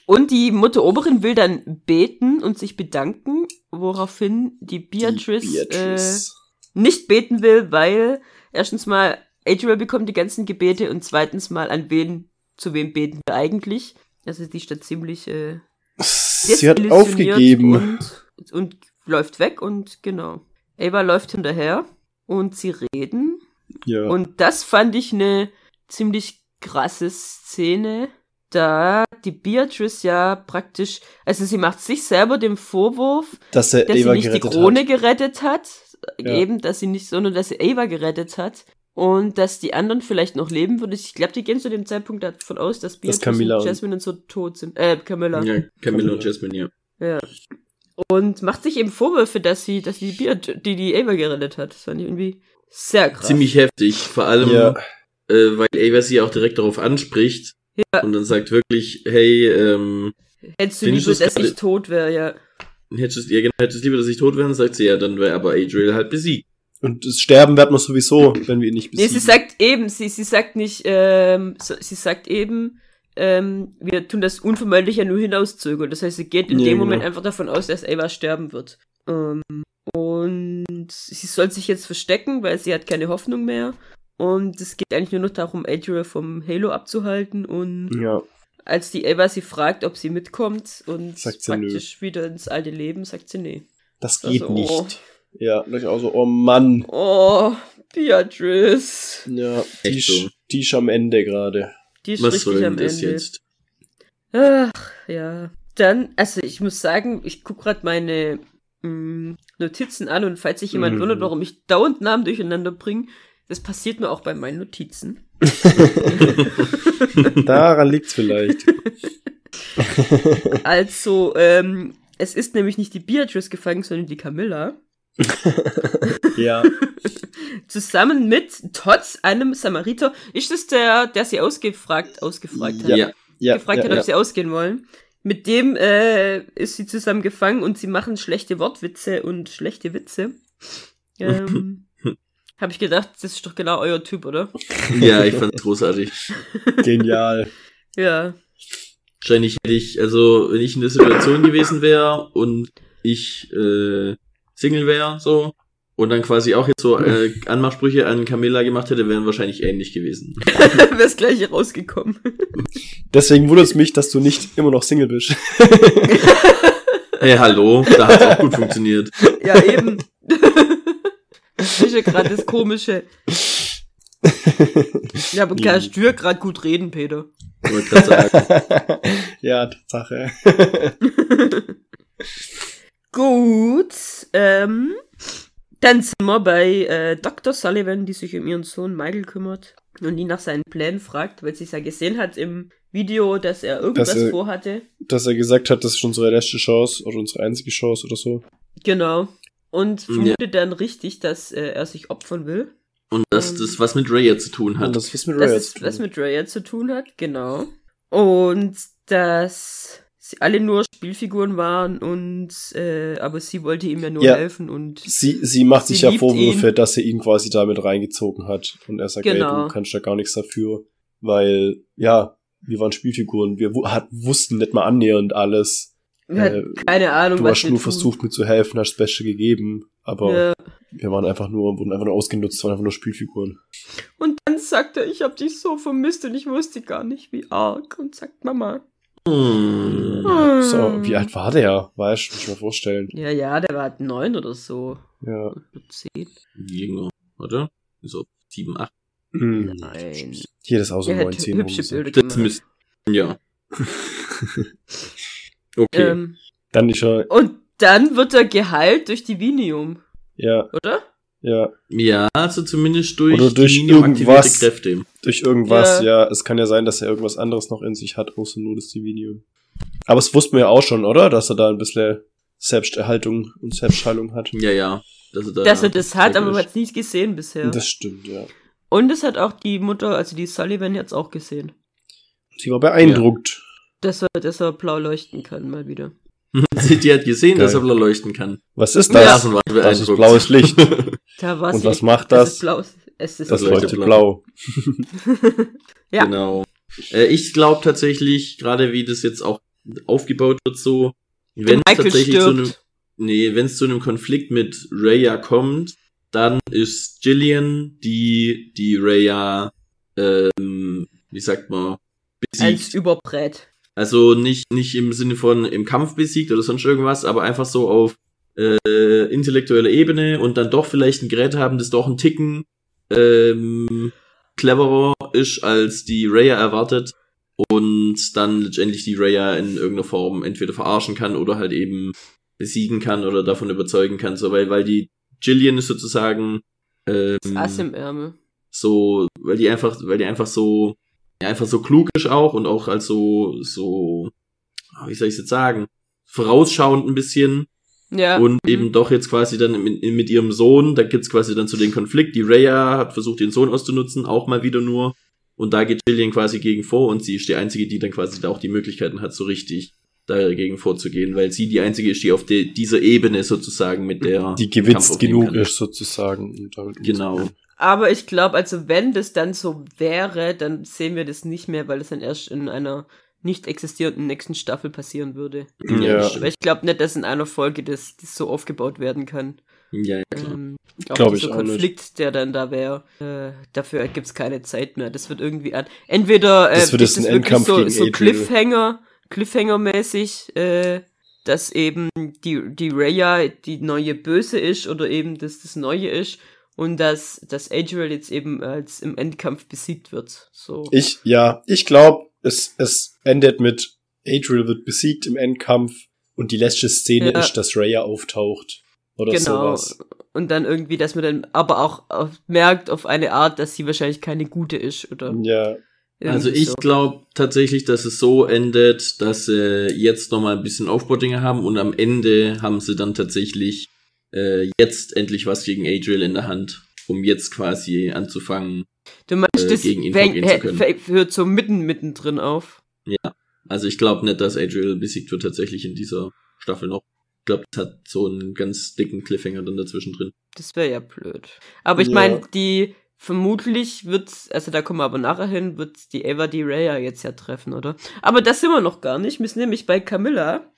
Speaker 3: Und die Mutter Oberin will dann beten und sich bedanken, woraufhin die Beatrice, Äh, nicht beten will, weil erstens mal Adriel bekommt die ganzen Gebete und zweitens mal an wen, zu wem beten wir eigentlich. Also die ist da ziemlich äh,
Speaker 2: Sie hat
Speaker 3: desillusioniert
Speaker 2: aufgegeben.
Speaker 3: Und, und läuft weg und genau. Ava läuft hinterher und sie reden
Speaker 2: Ja.
Speaker 3: und das fand ich eine ziemlich krasse Szene, da die Beatrice ja praktisch, also sie macht sich selber den Vorwurf,
Speaker 2: dass er
Speaker 3: dass
Speaker 2: Eva
Speaker 3: sie nicht die
Speaker 2: gerettet
Speaker 3: Krone
Speaker 2: hat.
Speaker 3: gerettet hat,
Speaker 2: Ja.
Speaker 3: eben, dass sie nicht, sondern dass sie Ava gerettet hat und dass die anderen vielleicht noch leben würden. Ich glaube, die gehen zu dem Zeitpunkt davon aus, dass Beatrice
Speaker 2: Camilla
Speaker 3: und
Speaker 2: und-
Speaker 3: Jasmine und so tot sind. Äh, Camilla.
Speaker 1: Ja, Camilla und Jasmine, ja.
Speaker 3: Und macht sich eben Vorwürfe, dass sie, dass die Beat, die, die Ava gerettet hat. Das fand ich irgendwie sehr krass.
Speaker 1: Ziemlich heftig, vor allem,
Speaker 2: Ja.
Speaker 1: äh, weil Ava sie auch direkt darauf anspricht.
Speaker 3: Ja.
Speaker 1: Und dann sagt wirklich, hey, ähm,
Speaker 3: Hättest du
Speaker 1: Findest
Speaker 3: lieber,
Speaker 1: du's
Speaker 3: dass
Speaker 1: gerade-
Speaker 3: ich tot wäre, ja.
Speaker 1: hättest, ja, genau, hättest lieber, dass ich tot wäre? Und sagt sie, ja, dann wäre aber Adriel halt besiegt.
Speaker 2: Und das Sterben werden wir sowieso, wenn wir ihn nicht
Speaker 3: Nee,
Speaker 2: besiegen.
Speaker 3: sie sagt eben, sie, sie sagt nicht, ähm, so, sie sagt eben, ähm, wir tun das unvermeidlich ja nur hinauszögern. Das heißt, sie geht in
Speaker 2: Ja,
Speaker 3: dem
Speaker 2: genau.
Speaker 3: Moment einfach davon aus, dass Ava sterben wird. Ähm, und sie soll sich jetzt verstecken, weil sie hat keine Hoffnung mehr. Und es geht eigentlich nur noch darum, Adriel vom Halo abzuhalten. Und
Speaker 2: ja.
Speaker 3: als die Ava sie fragt, ob sie mitkommt und
Speaker 2: Sagt sie nö.
Speaker 3: praktisch wieder ins alte Leben, sagt sie nee.
Speaker 2: Das geht
Speaker 3: Also, oh.
Speaker 2: nicht. Ja, und ich auch so, oh Mann.
Speaker 3: Oh, Beatrice.
Speaker 2: Ja, die,
Speaker 1: Echt so.
Speaker 2: ist- Die ist am Ende gerade.
Speaker 3: Die ist
Speaker 1: Was
Speaker 3: richtig
Speaker 1: soll denn
Speaker 3: am
Speaker 1: das
Speaker 3: Ende.
Speaker 1: jetzt?
Speaker 3: Ach, ja. Dann, also ich muss sagen, ich gucke gerade meine mh, Notizen an und falls sich jemand
Speaker 2: Mhm.
Speaker 3: wundert, warum ich dauernd Namen durcheinander bringe, das passiert mir auch bei meinen Notizen.
Speaker 2: Daran liegt's vielleicht.
Speaker 3: Also, ähm, es ist nämlich nicht die Beatrice gefangen, sondern die Camilla.
Speaker 2: ja.
Speaker 3: Zusammen mit trotz einem Samariter. Ist es der, der sie ausgefragt, ausgefragt hat?
Speaker 1: Ja.
Speaker 2: Ja. Ja,
Speaker 3: gefragt
Speaker 2: ja,
Speaker 3: hat,
Speaker 2: ja.
Speaker 3: ob sie ausgehen wollen. Mit dem äh, ist sie zusammen gefangen und sie machen schlechte Wortwitze und schlechte Witze. Ähm, Habe ich gedacht, das ist doch genau euer Typ, oder?
Speaker 1: Ja, ich fand's großartig.
Speaker 2: Genial.
Speaker 3: Ja.
Speaker 1: Wahrscheinlich hätte ich, also wenn ich in der Situation gewesen wäre und ich äh, Single wäre, so, und dann quasi auch jetzt so äh, Anmachsprüche an Camilla gemacht hätte, wären wahrscheinlich ähnlich gewesen.
Speaker 3: Wär's gleich rausgekommen.
Speaker 2: Deswegen wundert es mich, dass du nicht immer noch Single bist.
Speaker 1: Hey, Äh, hallo, da hat's auch gut funktioniert.
Speaker 3: ja, eben. das ist ja gerade das Komische. Ja, aber kannst du ja gerade gut reden, Peter.
Speaker 1: Wollte grad sagen.
Speaker 2: ja, Tatsache.
Speaker 3: Gut. Ähm, dann sind wir bei äh, Dr. Sullivan, die sich um ihren Sohn Michael kümmert und ihn nach seinen Plänen fragt, weil sie es ja gesehen hat im Video, dass er irgendwas
Speaker 2: er-
Speaker 3: vorhatte.
Speaker 2: Dass er gesagt hat, das ist unsere letzte Chance oder unsere einzige Chance oder so.
Speaker 3: Genau. Und
Speaker 1: Ja.
Speaker 3: vermutet dann richtig, dass äh, er sich opfern will.
Speaker 1: Und
Speaker 3: Ähm,
Speaker 1: dass das was mit Raya zu tun
Speaker 2: Und
Speaker 1: hat.
Speaker 2: das ist mit
Speaker 3: Dass
Speaker 2: Raya
Speaker 3: es
Speaker 2: zu tun.
Speaker 3: was mit Raya zu tun hat, genau. Und dass sie alle nur Spielfiguren waren und äh, aber sie wollte ihm ja nur
Speaker 2: Ja.
Speaker 3: helfen und
Speaker 2: Sie, sie macht
Speaker 3: Sie
Speaker 2: sich ja
Speaker 3: liebt
Speaker 2: Vorwürfe,
Speaker 3: ihn.
Speaker 2: dass sie ihn quasi damit reingezogen hat. Und er sagt,
Speaker 3: Genau.
Speaker 2: ey, du kannst da gar nichts dafür. Weil, ja, wir waren Spielfiguren. Wir wu- hat, wussten nicht mal annähernd alles.
Speaker 3: wir hatten
Speaker 2: Äh,
Speaker 3: keine Ahnung,
Speaker 2: du
Speaker 3: was
Speaker 2: hast
Speaker 3: wir
Speaker 2: nur
Speaker 3: tun.
Speaker 2: versucht, mir zu helfen, hast das Beste gegeben. Aber
Speaker 3: Ja.
Speaker 2: wir waren einfach nur, wurden einfach nur ausgenutzt, waren einfach nur Spielfiguren.
Speaker 3: Und dann sagt er, ich hab dich so vermisst und ich wusste gar nicht, wie arg. Und sagt Mama.
Speaker 1: Hm.
Speaker 3: Ah.
Speaker 2: So, wie alt war der? Weißt du, muss ich mir vorstellen.
Speaker 3: Ja, ja, der war halt neun oder so.
Speaker 2: Ja.
Speaker 3: Oder Zehn.
Speaker 1: Jünger, oder? So, sieben, acht.
Speaker 2: Hm.
Speaker 3: Nein.
Speaker 2: Hier das aus
Speaker 3: Der
Speaker 2: dem
Speaker 3: hat hü-
Speaker 2: 19. um rum
Speaker 3: hübsche
Speaker 2: so.
Speaker 3: Bilder
Speaker 1: Das
Speaker 3: gemacht.
Speaker 1: müsste. Ja. Okay.
Speaker 3: Ähm,
Speaker 2: Dann ist er,
Speaker 3: und dann wird er geheilt durch Divinium,
Speaker 2: ja,
Speaker 3: oder?
Speaker 2: ja,
Speaker 1: ja, also zumindest durch,
Speaker 2: Oder durch
Speaker 1: Minium aktivierte
Speaker 2: irgendwas.
Speaker 1: Kräfte.
Speaker 2: durch irgendwas,
Speaker 3: Ja.
Speaker 2: ja. Es kann ja sein, dass er irgendwas anderes noch in sich hat, außer nur das Divinium. Aber es wussten wir ja auch schon, oder? Dass er da ein bisschen Selbsterhaltung und Selbstheilung hat.
Speaker 1: Ja, ja. Dass er, da
Speaker 3: Dass er das hat, aber man
Speaker 1: was
Speaker 3: hat's nicht gesehen bisher.
Speaker 2: Das stimmt, ja.
Speaker 3: und das hat auch die Mutter, also die Sullivan, jetzt auch gesehen.
Speaker 2: Sie war beeindruckt.
Speaker 3: Dass er, dass er blau leuchten kann, mal wieder.
Speaker 1: Die hat gesehen, dass er
Speaker 2: Geil.
Speaker 1: blau leuchten kann.
Speaker 2: Was ist
Speaker 3: Ja.
Speaker 2: das?
Speaker 1: Davon war ich
Speaker 2: Das ist
Speaker 1: beeindruckt.
Speaker 2: blaues Licht.
Speaker 3: Da war
Speaker 2: Und
Speaker 3: sie-
Speaker 2: was macht
Speaker 3: Es
Speaker 2: das?
Speaker 3: ist blau. Es ist
Speaker 2: Das
Speaker 1: Das leuchtet
Speaker 2: leuchtet blau.
Speaker 3: Ja.
Speaker 1: Genau. Äh, ich glaube tatsächlich, gerade wie das jetzt auch aufgebaut wird, so, wenn es
Speaker 3: Michael
Speaker 1: tatsächlich zu einem,
Speaker 3: stirbt.
Speaker 1: nee, wenn es zu einem Konflikt mit Raya kommt, dann ist Jillian die, die Raya, ähm, wie sagt man,
Speaker 3: Als
Speaker 1: besiegt.
Speaker 3: Überbrät.
Speaker 1: Also nicht, nicht im Sinne von im Kampf besiegt oder sonst irgendwas, aber einfach so auf äh, intellektueller Ebene und dann doch vielleicht ein Gerät haben, das doch ein Ticken ähm, cleverer ist, als die Raya erwartet und dann letztendlich die Raya in irgendeiner Form entweder verarschen kann oder halt eben besiegen kann oder davon überzeugen kann, so weil, weil die Jillian ist sozusagen ähm,
Speaker 3: Das Ass im Ärmel.
Speaker 1: so, weil die einfach, weil die einfach so, ja, einfach so klug ist auch und auch als so, so, ah, wie soll ich jetzt sagen, vorausschauend ein bisschen
Speaker 3: Ja.
Speaker 1: und
Speaker 3: mhm.
Speaker 1: eben doch jetzt quasi dann mit, mit ihrem Sohn, da gibt's quasi dann zu den Konflikt, die Raya hat versucht, ihren Sohn auszunutzen, auch mal wieder nur und da geht Jillian quasi gegen vor und sie ist die Einzige, die dann quasi da auch die Möglichkeiten hat, so richtig dagegen vorzugehen, weil sie die Einzige ist, die auf de, dieser Ebene sozusagen mit der
Speaker 2: Die
Speaker 1: den Kampf
Speaker 2: gewitzt
Speaker 1: aufnehmen
Speaker 2: genug
Speaker 1: kann.
Speaker 2: ist, sozusagen. um damit umzugehen.
Speaker 1: Genau.
Speaker 3: Aber ich glaube, also wenn das dann so wäre, dann sehen wir das nicht mehr, weil es dann erst in einer nicht existierenden nächsten Staffel passieren würde.
Speaker 1: Ja,
Speaker 2: Ja.
Speaker 1: stimmt.
Speaker 3: Weil ich glaube nicht, dass in einer Folge das, das so aufgebaut werden kann.
Speaker 1: ja, ja klar.
Speaker 3: Ähm,
Speaker 2: Glaub
Speaker 3: dieser
Speaker 2: ich auch
Speaker 3: Konflikt, der dann da wäre, äh, dafür gibt's keine Zeit mehr. Das wird irgendwie an. Entweder äh,
Speaker 2: Das wird
Speaker 3: ist
Speaker 2: jetzt ein
Speaker 3: wirklich
Speaker 2: Endkampf
Speaker 3: so,
Speaker 2: gegen
Speaker 3: so
Speaker 2: Adriel.
Speaker 3: Cliffhanger, Cliffhanger-mäßig, äh, dass eben die, die Raya die neue Böse ist oder eben dass das Neue ist und dass, dass Adriel jetzt eben als im Endkampf besiegt wird. So.
Speaker 2: Ich, ja, ich glaube, es, es endet mit Adriel wird besiegt im Endkampf und die letzte Szene
Speaker 3: Ja.
Speaker 2: ist, dass Raya auftaucht oder
Speaker 3: genau.
Speaker 2: sowas.
Speaker 3: Und dann irgendwie, dass man dann aber auch auf, merkt auf eine Art, dass sie wahrscheinlich keine gute ist oder
Speaker 2: Ja,
Speaker 1: Also
Speaker 3: irgendwie
Speaker 1: ich
Speaker 3: so.
Speaker 1: glaube tatsächlich, dass es so endet, dass sie jetzt nochmal ein bisschen Aufbaudinge haben und am Ende haben sie dann tatsächlich äh, jetzt endlich was gegen Adriel in der Hand, um jetzt quasi anzufangen.
Speaker 3: Du meinst,
Speaker 1: äh,
Speaker 3: das
Speaker 1: gegen ihn
Speaker 3: fängt-
Speaker 1: vorgehen zu können.
Speaker 3: hä- fängt- hört so mitten mittendrin auf.
Speaker 1: Also ich glaube nicht, dass Adriel besiegt wird tatsächlich in dieser Staffel noch. Ich glaube, das hat so einen ganz dicken Cliffhanger dann dazwischen drin.
Speaker 3: Das wäre ja blöd. Aber ich
Speaker 2: Ja.
Speaker 3: meine, die vermutlich wird's, also da kommen wir aber nachher hin, wird die Eva die Raya jetzt ja treffen, oder? Aber das sind wir noch gar nicht. Wir sind nämlich bei Camilla,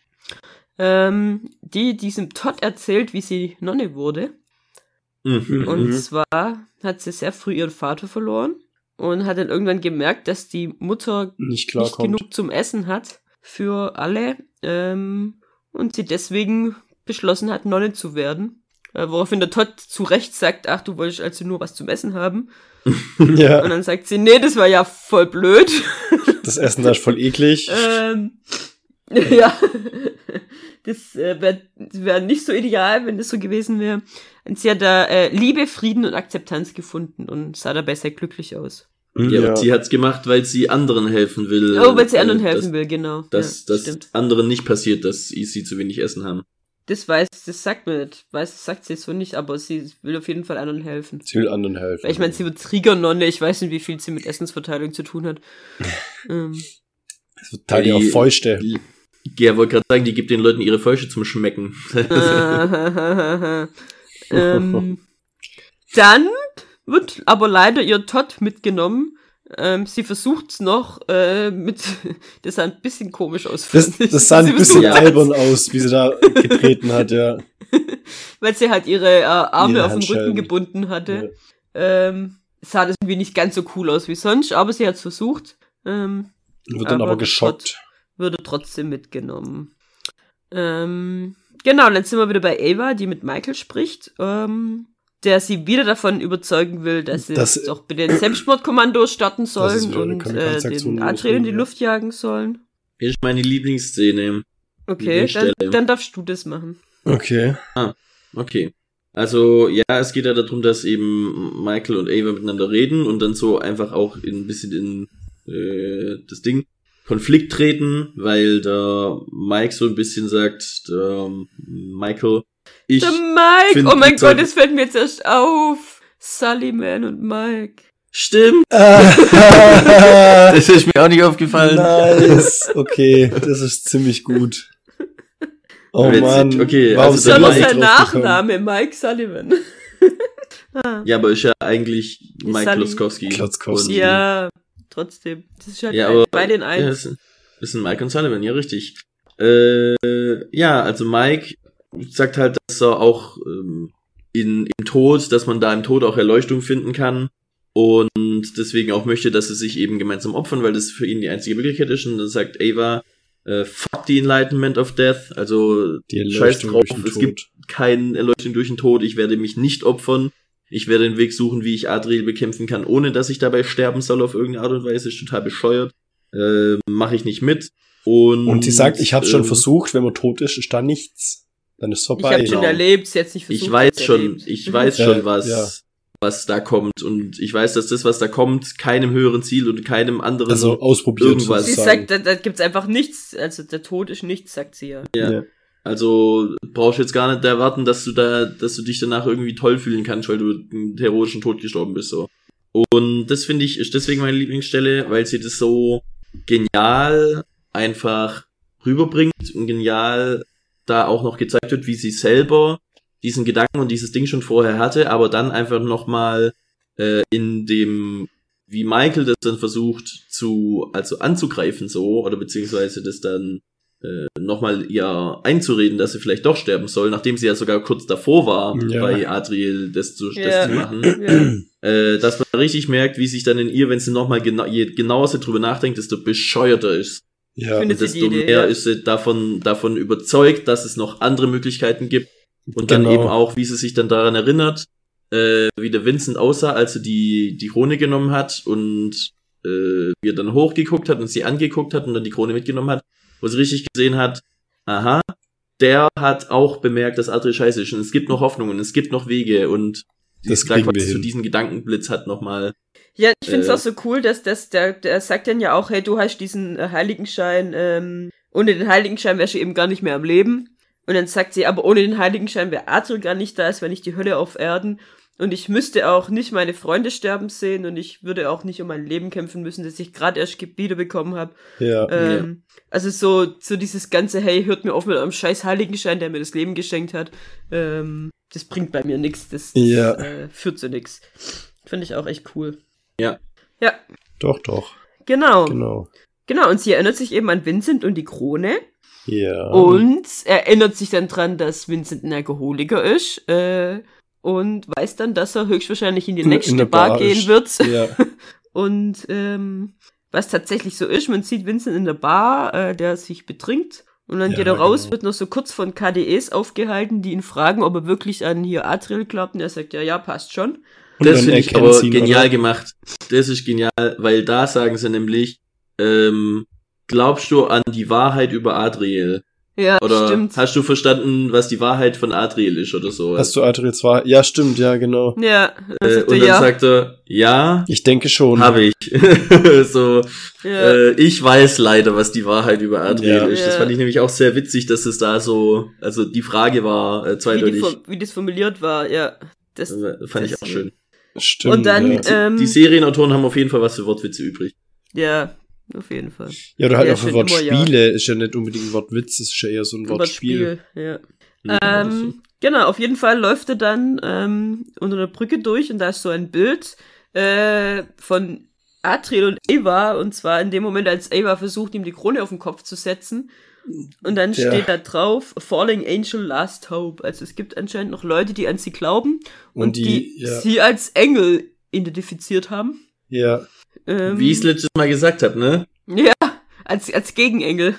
Speaker 3: ähm, die diesem Todd erzählt, wie sie Nonne wurde.
Speaker 1: Mhm.
Speaker 3: Und zwar hat sie sehr früh ihren Vater verloren und hat dann irgendwann gemerkt, dass die Mutter
Speaker 2: nicht klar
Speaker 3: nicht
Speaker 2: kommt.
Speaker 3: genug zum Essen hat für alle ähm, und sie deswegen beschlossen hat, Nonne zu werden. Äh, woraufhin der Todd zu Recht sagt, ach, du wolltest also nur was zum Essen haben. Und
Speaker 2: Ja,
Speaker 3: dann sagt sie, nee, das war ja voll blöd.
Speaker 2: das Essen da ist voll eklig.
Speaker 1: Äh.
Speaker 3: ähm, ja, das äh, wäre wär nicht so ideal, wenn das so gewesen wäre. Und sie hat da äh, Liebe, Frieden und Akzeptanz gefunden und sah dabei sehr glücklich aus.
Speaker 1: Ja,
Speaker 2: Ja.
Speaker 1: Und sie hat's gemacht, weil sie anderen helfen will.
Speaker 3: Oh, weil sie anderen
Speaker 1: äh,
Speaker 3: helfen
Speaker 1: dass,
Speaker 3: will, genau.
Speaker 1: Dass,
Speaker 3: ja,
Speaker 1: dass anderen nicht passiert, dass sie sie zu wenig Essen haben.
Speaker 3: Das weiß, das sagt man nicht. Weiß, das sagt sie so nicht, aber sie will auf jeden Fall anderen helfen.
Speaker 2: Sie will anderen helfen.
Speaker 3: Weil ich meine, sie wird Triggernonne, ich weiß nicht, wie viel sie mit Essensverteilung zu tun hat. ähm,
Speaker 2: Es wird Teil ihrer
Speaker 1: Die-
Speaker 2: Feuchte.
Speaker 1: Ja, wollte gerade sagen, die gibt den Leuten ihre Fäusche zum Schmecken.
Speaker 3: ähm, dann wird aber leider ihr Todd mitgenommen. Ähm, sie versucht's noch äh, mit. Das sah ein bisschen komisch aus.
Speaker 2: Das,
Speaker 3: fand ich.
Speaker 2: das sah
Speaker 3: Sie
Speaker 2: ein bisschen
Speaker 3: versucht's,
Speaker 2: albern aus, wie sie da getreten hat, ja.
Speaker 3: Weil sie halt ihre äh, Arme
Speaker 2: Ihre
Speaker 3: auf den Rücken
Speaker 2: Handschellen.
Speaker 3: gebunden hatte. Ähm, sah das irgendwie nicht ganz so cool aus wie sonst, aber sie hat's versucht. Ähm,
Speaker 2: Wird dann
Speaker 3: Aber
Speaker 2: aber geschockt.
Speaker 3: würde trotzdem mitgenommen. Ähm, genau, und dann sind wir wieder bei Ava, die mit Michael spricht, ähm, der sie wieder davon überzeugen will, dass sie
Speaker 2: Das-
Speaker 3: doch bitte ein Selbstmordkommando starten
Speaker 2: ist
Speaker 3: sollen
Speaker 2: wieder eine
Speaker 3: und äh,
Speaker 2: Kamikaze-Aktion
Speaker 3: den Adrian in die
Speaker 2: losgehen, ja.
Speaker 3: Luft jagen sollen.
Speaker 1: Ist meine Lieblingsszene.
Speaker 3: Okay,
Speaker 1: Die Stelle.
Speaker 3: dann, dann darfst du das machen.
Speaker 2: Okay.
Speaker 1: Okay. Also, ja, es geht ja darum, dass eben Michael und Ava miteinander reden und dann so einfach auch in, ein bisschen in äh, das Ding Konflikt treten, weil der Mike so ein bisschen sagt, der Michael, ich,
Speaker 3: Der Mike!
Speaker 1: find,
Speaker 3: Oh mein
Speaker 1: wir sollten-
Speaker 3: Gott, das fällt mir jetzt erst auf! Sullivan und Mike.
Speaker 1: stimmt,
Speaker 2: nice.
Speaker 1: das ist mir auch nicht aufgefallen.
Speaker 2: Okay, das ist ziemlich gut. Oh
Speaker 1: Witzig.
Speaker 2: Mann.
Speaker 1: Okay,
Speaker 2: Warum
Speaker 1: also
Speaker 2: sind
Speaker 3: Sondern
Speaker 2: wir
Speaker 1: der Mike-
Speaker 2: nicht
Speaker 3: sein
Speaker 2: drauf gekommen?
Speaker 3: Nachname, Mike Sullivan.
Speaker 1: Ja, aber ist ja eigentlich Mike
Speaker 3: Sally-
Speaker 1: Klotzkowski.
Speaker 2: Klotzkowski.
Speaker 1: Und- äh,
Speaker 3: Ja, trotzdem. Das ist halt
Speaker 1: Ja,
Speaker 3: ein-
Speaker 1: aber-
Speaker 3: beide in einem.
Speaker 1: Ja, das ist- das sind Mike und Sullivan, ja, richtig. Äh, ja, also Mike sagt halt, dass er auch ähm, in, im Tod, dass man da im Tod auch Erleuchtung finden kann und deswegen auch möchte, dass sie sich eben gemeinsam opfern, weil das für ihn die einzige Möglichkeit ist. Und dann sagt Ava, äh, fuck the Enlightenment of Death, also
Speaker 2: Die
Speaker 1: scheiß
Speaker 2: Erleuchtung
Speaker 1: drauf,
Speaker 2: durch den
Speaker 1: es
Speaker 2: Tod.
Speaker 1: gibt kein Erleuchtung durch den Tod, ich werde mich nicht opfern. Ich werde den Weg suchen, wie ich Adriel bekämpfen kann, ohne dass ich dabei sterben soll auf irgendeine Art und Weise. Ist total bescheuert. Äh, Mache ich nicht mit. Und,
Speaker 2: Und sie sagt, ich habe schon
Speaker 1: ähm,
Speaker 2: versucht, wenn man tot ist, ist da nichts. Dann ist
Speaker 3: Ich
Speaker 2: vorbei.
Speaker 3: habe schon
Speaker 1: Genau.
Speaker 3: erlebt, sie jetzt nicht versucht.
Speaker 1: Ich weiß
Speaker 3: hab's
Speaker 1: schon,
Speaker 3: erlebt.
Speaker 1: ich weiß
Speaker 2: Ja,
Speaker 1: schon, was,
Speaker 2: ja.
Speaker 1: was da kommt. Und ich weiß, dass das, was da kommt, keinem höheren Ziel und keinem anderen.
Speaker 2: also ausprobiert.
Speaker 1: Irgendwas.
Speaker 3: Sie
Speaker 2: sozusagen.
Speaker 3: sagt, da, da gibt's einfach nichts, also der Tod ist nichts, sagt sie ja.
Speaker 1: ja. also brauchst jetzt gar nicht erwarten, dass du da, dass du dich danach irgendwie toll fühlen kannst, weil du einen heroischen Tod gestorben bist, so. Und das finde ich, ist deswegen meine Lieblingsstelle, weil sie das so genial einfach rüberbringt und genial da auch noch gezeigt wird, wie sie selber diesen Gedanken und dieses Ding schon vorher hatte, aber dann einfach nochmal äh, in dem, wie Michael das dann versucht zu, also anzugreifen so, oder beziehungsweise das dann äh, nochmal ihr einzureden, dass sie vielleicht doch sterben soll, nachdem sie ja sogar kurz davor war,
Speaker 2: Ja.
Speaker 1: bei Adriel das zu,
Speaker 3: Ja.
Speaker 1: das zu machen
Speaker 3: ja.
Speaker 1: äh, dass man richtig merkt, wie sich dann in ihr, wenn sie nochmal gena je genauer sie drüber nachdenkt, desto bescheuerter ist.
Speaker 2: ja.
Speaker 3: Finde- Das
Speaker 1: Und
Speaker 3: ist die
Speaker 1: desto
Speaker 3: Idee,
Speaker 1: mehr
Speaker 3: ja.
Speaker 1: ist sie davon, davon überzeugt, dass es noch andere Möglichkeiten gibt. Und dann
Speaker 2: Genau.
Speaker 1: eben auch, wie sie sich dann daran erinnert, äh, wie der Vincent aussah, als er die, die Krone genommen hat und äh, wie er dann hochgeguckt hat und sie angeguckt hat und dann die Krone mitgenommen hat, wo sie richtig gesehen hat, aha, der hat auch bemerkt, dass Adri scheiße ist und es gibt noch Hoffnungen, es gibt noch Wege und
Speaker 2: Das
Speaker 1: sie ist da
Speaker 2: kriegen wir
Speaker 1: quasi zu
Speaker 2: hin.
Speaker 1: diesem Gedankenblitz hat nochmal
Speaker 3: Ja, ich finde es
Speaker 1: Äh.
Speaker 3: auch so cool, dass das, der, der sagt dann ja auch, hey, du hast diesen äh, Heiligenschein, ähm, ohne den Heiligenschein wärst du eben gar nicht mehr am Leben. Und dann sagt sie, aber ohne den Heiligenschein wäre Arthur gar nicht da, es wäre nicht die Hölle auf Erden. Und ich müsste auch nicht meine Freunde sterben sehen und ich würde auch nicht um mein Leben kämpfen müssen, das ich gerade erst ge- wiederbekommen habe.
Speaker 2: Ja.
Speaker 3: Ähm, Also so, so dieses ganze, hey, hört mir auf mit eurem scheiß Heiligenschein, der mir das Leben geschenkt hat. Ähm, das bringt bei mir nichts, das, das
Speaker 2: Ja.
Speaker 3: äh, führt zu nichts. Finde ich auch echt cool.
Speaker 2: Doch, doch.
Speaker 3: Genau, genau.
Speaker 2: Genau.
Speaker 3: und sie erinnert sich eben an Vincent und die Krone.
Speaker 2: Ja.
Speaker 3: Und erinnert sich dann dran, dass Vincent ein Alkoholiker ist. Äh, und weiß dann, dass er höchstwahrscheinlich in die
Speaker 2: In- in
Speaker 3: nächste
Speaker 2: eine
Speaker 3: Bar,
Speaker 2: Bar
Speaker 3: gehen
Speaker 2: ist.
Speaker 3: wird.
Speaker 2: Ja.
Speaker 3: Und ähm, was tatsächlich so ist, man sieht Vincent in der Bar, äh, der sich betrinkt. Und dann
Speaker 2: Ja,
Speaker 3: geht er raus,
Speaker 2: genau.
Speaker 3: wird noch so kurz von KDEs aufgehalten, die ihn fragen, ob er wirklich an hier Atriel glaubt. Und er sagt, ja, ja, passt schon.
Speaker 2: Und
Speaker 1: das
Speaker 2: dann
Speaker 1: finde ich
Speaker 2: erkennt
Speaker 1: aber
Speaker 2: sie ihn,
Speaker 1: genial
Speaker 2: oder?
Speaker 1: gemacht. Das ist genial, weil da sagen sie nämlich, ähm, glaubst du an die Wahrheit über Adriel?
Speaker 3: Ja,
Speaker 1: Oder
Speaker 3: stimmt.
Speaker 1: hast du verstanden, was die Wahrheit von Adriel ist oder so?
Speaker 2: Hast du Adriel zwar? Ja, stimmt, ja, genau.
Speaker 3: Ja, dann
Speaker 1: äh,
Speaker 3: sagt
Speaker 1: und
Speaker 3: er,
Speaker 1: dann
Speaker 3: ja.
Speaker 1: sagt er, ja,
Speaker 2: Ich denke schon.
Speaker 1: habe ich. so,
Speaker 3: ja.
Speaker 1: äh, ich weiß leider, was die Wahrheit über Adriel
Speaker 2: Ja.
Speaker 1: ist. Das
Speaker 3: Ja.
Speaker 1: fand ich nämlich auch sehr witzig, dass es da so, also die Frage war äh,
Speaker 3: wie, die,
Speaker 1: zweideutig.
Speaker 3: form- wie das formuliert war, ja. Das,
Speaker 1: Äh, Fand ich auch schön.
Speaker 2: Stimmt.
Speaker 3: Und dann,
Speaker 2: ja.
Speaker 3: äh, Ähm,
Speaker 1: die Serienautoren haben auf jeden Fall was für Wortwitze übrig.
Speaker 3: ja, auf jeden Fall.
Speaker 2: ja, oder halt
Speaker 3: ja,
Speaker 2: auch für
Speaker 3: stimmt, immer, ja.
Speaker 2: Wortspiele ist ja nicht unbedingt ein Wortwitz, ist ja eher so ein Wortspiel.
Speaker 3: Wortspiel, Ja.
Speaker 1: Ja, Ne, das
Speaker 3: Ähm, genau, auf jeden Fall läuft er dann ähm, unter der Brücke durch und da ist so ein Bild äh, von Atriel und Eva und zwar in dem Moment, als Eva versucht, ihm die Krone auf den Kopf zu setzen. Und dann
Speaker 2: Ja.
Speaker 3: steht da drauf, Falling Angel Last Hope. Also es gibt anscheinend noch Leute, die an sie glauben und,
Speaker 2: Und
Speaker 3: die,
Speaker 2: die, ja,
Speaker 3: sie als Engel identifiziert haben.
Speaker 2: ja,
Speaker 3: Ähm,
Speaker 1: Wie ich es letztes Mal gesagt habe, ne?
Speaker 3: Ja, als, als Gegenengel.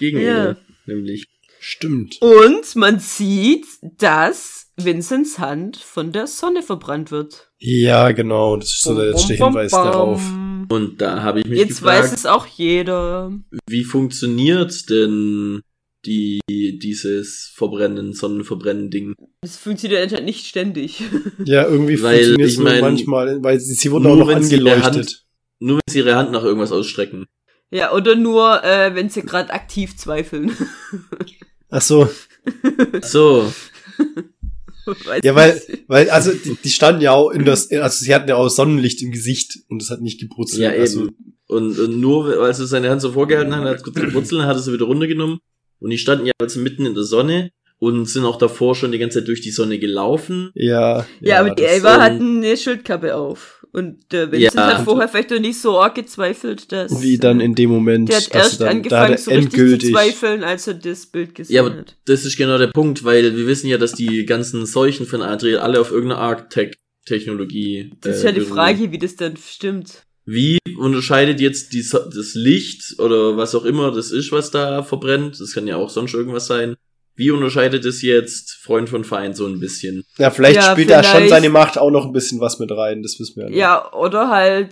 Speaker 1: Gegen
Speaker 3: Ja.
Speaker 1: ihn, nämlich.
Speaker 2: stimmt.
Speaker 3: Und man sieht, dass Vincents Hand von der Sonne verbrannt wird.
Speaker 2: Ja, genau, das ist so der letzte
Speaker 3: Bum, bum,
Speaker 2: Hinweis
Speaker 3: bum.
Speaker 2: darauf.
Speaker 1: Und da habe ich mich
Speaker 3: Jetzt weiß
Speaker 1: gefragt,
Speaker 3: es auch jeder.
Speaker 1: wie funktioniert denn die dieses Verbrennen, Sonnenverbrennen-Ding?
Speaker 3: Es funktioniert anscheinend nicht ständig.
Speaker 2: Ja, irgendwie
Speaker 1: Weil,
Speaker 2: funktioniert
Speaker 1: ich
Speaker 2: es nur
Speaker 1: mein,
Speaker 2: manchmal, weil sie, sie wurden
Speaker 1: nur
Speaker 2: auch noch
Speaker 1: wenn sie in der
Speaker 2: angeleuchtet.
Speaker 1: Nur wenn sie ihre Hand nach irgendwas ausstrecken.
Speaker 3: ja, oder nur, äh, wenn sie gerade aktiv zweifeln.
Speaker 2: Ach so,
Speaker 1: Ach So,
Speaker 3: Weiß
Speaker 2: ja, weil,
Speaker 3: nicht.
Speaker 2: weil, also, die, die standen ja auch in das, also sie hatten ja auch Sonnenlicht im Gesicht und es hat nicht gebrutzelt.
Speaker 1: ja
Speaker 2: also,
Speaker 1: eben. Und, und nur, als er seine Hand so vorgehalten hat, hat es kurz gebrutzelt, hat er sie wieder runtergenommen. Und die standen ja also mitten in der Sonne und sind auch davor schon die ganze Zeit durch die Sonne gelaufen.
Speaker 2: Ja.
Speaker 3: Ja, aber die
Speaker 2: das-
Speaker 3: Elva
Speaker 1: ähm,
Speaker 3: hat eine Schildkappe auf. Und äh, der Vincent
Speaker 1: Ja.
Speaker 3: hat vorher vielleicht noch nicht so arg gezweifelt, dass.
Speaker 2: Wie dann in dem Moment,
Speaker 3: der hat
Speaker 2: dass
Speaker 3: erst
Speaker 2: sie dann, da hat
Speaker 3: angefangen,
Speaker 2: er
Speaker 3: so richtig zu
Speaker 2: endgültig.
Speaker 3: zweifeln, als er das Bild gesehen
Speaker 1: Ja, aber-
Speaker 3: hat.
Speaker 1: Das ist genau der Punkt, weil wir wissen ja, dass die ganzen Seuchen von Adriel alle auf irgendeine äh, Art-Tech-Technologie.
Speaker 3: Das ist ja die
Speaker 1: beruhen.
Speaker 3: Frage, wie das dann stimmt.
Speaker 1: Wie unterscheidet jetzt die, So- das Licht oder was auch immer das ist, was da verbrennt? Das kann ja auch sonst irgendwas sein. Wie unterscheidet es jetzt Freund von Feind so ein bisschen?
Speaker 2: Ja, vielleicht
Speaker 3: Ja,
Speaker 2: spielt da schon
Speaker 3: vielleicht.
Speaker 2: seine Macht auch noch ein bisschen was mit rein, das wissen wir nicht.
Speaker 3: Ja, oder halt.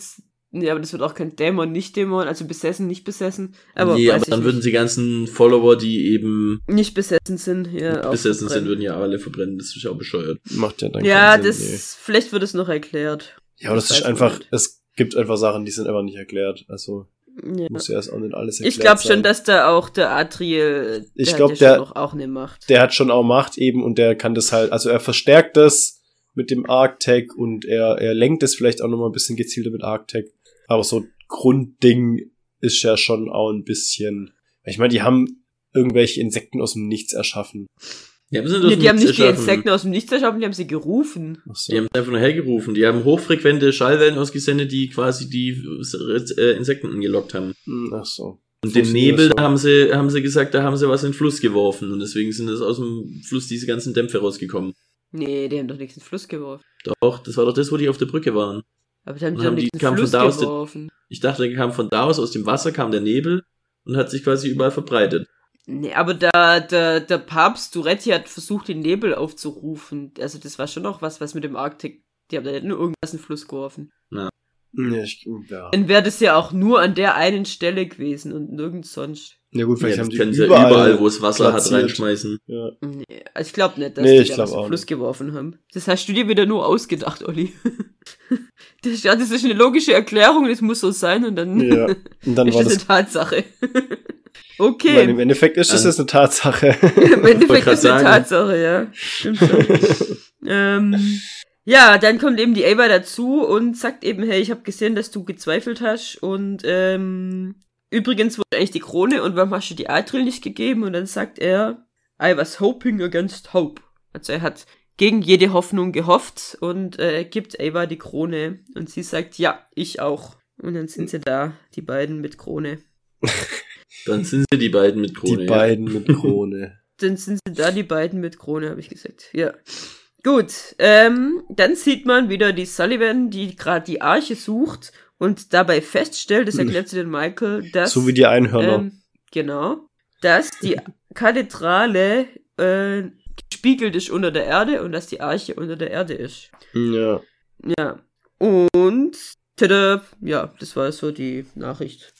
Speaker 3: Ja, aber das wird auch kein Dämon, nicht Dämon, also besessen, nicht besessen. Aber,
Speaker 1: nee,
Speaker 3: weiß
Speaker 1: aber
Speaker 3: ich
Speaker 1: dann
Speaker 3: nicht.
Speaker 1: würden die ganzen Follower, die eben
Speaker 3: nicht besessen sind, ja. auch
Speaker 1: besessen sind,
Speaker 3: verbrennen.
Speaker 1: würden ja alle verbrennen. Das ist ja auch bescheuert.
Speaker 2: Macht ja dann
Speaker 3: Ja,
Speaker 2: keinen
Speaker 3: das,
Speaker 2: Sinn, nee.
Speaker 3: vielleicht wird es noch erklärt.
Speaker 2: Ja, aber das
Speaker 3: das
Speaker 2: ist
Speaker 3: weiß
Speaker 2: einfach,
Speaker 3: man nicht.
Speaker 2: es gibt einfach Sachen, die sind einfach nicht erklärt. Also,
Speaker 3: Ja.
Speaker 2: muss ja erst auch nicht alles erklärt
Speaker 3: Ich glaube schon,
Speaker 2: sein.
Speaker 3: dass da auch der Adriel,
Speaker 2: Ich
Speaker 3: der
Speaker 2: glaub,
Speaker 3: hat ja
Speaker 2: der-
Speaker 3: schon noch auch eine Macht.
Speaker 2: Der hat schon auch Macht eben und der kann das halt, also er verstärkt das mit dem Arc-Tag und er, er lenkt es vielleicht auch nochmal ein bisschen gezielter mit Arc-Tag. Aber so ein Grundding ist ja schon auch ein bisschen, ich meine, die haben irgendwelche Insekten aus dem Nichts erschaffen.
Speaker 1: Ja, aber sind
Speaker 3: nee,
Speaker 1: das
Speaker 3: die haben
Speaker 1: nichts
Speaker 3: nicht die
Speaker 1: erschaffen.
Speaker 3: Insekten aus dem Nichts erschaffen, die haben sie gerufen.
Speaker 2: Ach so.
Speaker 1: Die haben es einfach nur hergerufen. Die haben hochfrequente Schallwellen ausgesendet, die quasi die äh, Insekten angelockt haben.
Speaker 2: Hm, Ach so.
Speaker 1: Und den
Speaker 2: Funktioniert
Speaker 1: Nebel,
Speaker 2: so.
Speaker 1: da haben sie, haben sie gesagt, da haben sie was in den Fluss geworfen. Und deswegen sind das aus dem Fluss diese ganzen Dämpfe rausgekommen.
Speaker 3: Nee, die haben doch nichts in den Fluss geworfen.
Speaker 1: Doch, das war doch das, wo die auf der Brücke waren.
Speaker 3: Aber die haben,
Speaker 1: Und
Speaker 3: die doch
Speaker 1: haben die-
Speaker 3: nichts in den
Speaker 1: kamen von
Speaker 3: Fluss
Speaker 1: da aus den-
Speaker 3: geworfen.
Speaker 1: Ich dachte, der kam von da aus, aus dem Wasser kam der Nebel und hat sich quasi überall verbreitet.
Speaker 3: Nee, aber der, der, der Papst Duretti hat versucht, den Nebel aufzurufen. Also das war schon noch was, was mit dem Arktik. Die haben da nicht nur irgendwas in den Fluss geworfen.
Speaker 2: Ja, ich, ja.
Speaker 3: Dann wäre das ja auch nur an der einen Stelle gewesen und nirgends sonst.
Speaker 2: ja gut,
Speaker 1: Ja,
Speaker 2: vielleicht
Speaker 1: das
Speaker 2: haben die
Speaker 1: können
Speaker 2: überall,
Speaker 1: sie ja überall, wo es Wasser hat,
Speaker 2: platziert.
Speaker 1: reinschmeißen.
Speaker 2: ja.
Speaker 3: Nee, also ich glaube nicht, dass
Speaker 2: Nee,
Speaker 3: die
Speaker 2: ich
Speaker 3: da
Speaker 2: glaub
Speaker 3: was in
Speaker 2: auch
Speaker 3: den Fluss geworfen haben. Das hast du dir wieder nur ausgedacht, Olli. Das, ja, das ist eine logische Erklärung, das muss so sein und dann
Speaker 2: Ja, und dann
Speaker 3: ist
Speaker 2: war
Speaker 3: das
Speaker 2: das.
Speaker 3: eine Tatsache.
Speaker 2: Ich meine, Im
Speaker 3: Okay,
Speaker 2: Endeffekt ist das
Speaker 1: Dann-
Speaker 2: jetzt eine Tatsache.
Speaker 3: im Endeffekt
Speaker 1: grad
Speaker 3: ist eine
Speaker 1: sagen.
Speaker 3: Tatsache, ja. Stimmt schon. ähm, ja, dann kommt eben die Ava dazu und sagt eben, hey, ich habe gesehen, dass du gezweifelt hast und ähm, übrigens wurde eigentlich die Krone und warum hast du die Adril nicht gegeben? Und dann sagt er, I was hoping against hope. Also er hat gegen jede Hoffnung gehofft und äh, gibt Ava die Krone und sie sagt, ja, ich auch. Und dann sind sie da, die beiden mit Krone.
Speaker 1: Dann sind sie die beiden mit
Speaker 2: die
Speaker 1: Krone. ja.
Speaker 2: beiden mit Krone.
Speaker 3: Dann sind sie da, die beiden mit Krone, habe ich gesagt. Ja. Gut, ähm, dann sieht man wieder die Sullivan, die gerade die Arche sucht und dabei feststellt, das erklärt sie den Michael, dass.
Speaker 2: so wie die Einhörner.
Speaker 3: ähm, Genau. Dass die Kathedrale äh, gespiegelt ist unter der Erde und dass die Arche unter der Erde ist.
Speaker 1: ähm,
Speaker 2: ja.
Speaker 3: Ja. Und. Tada, ja, das war so die Nachricht.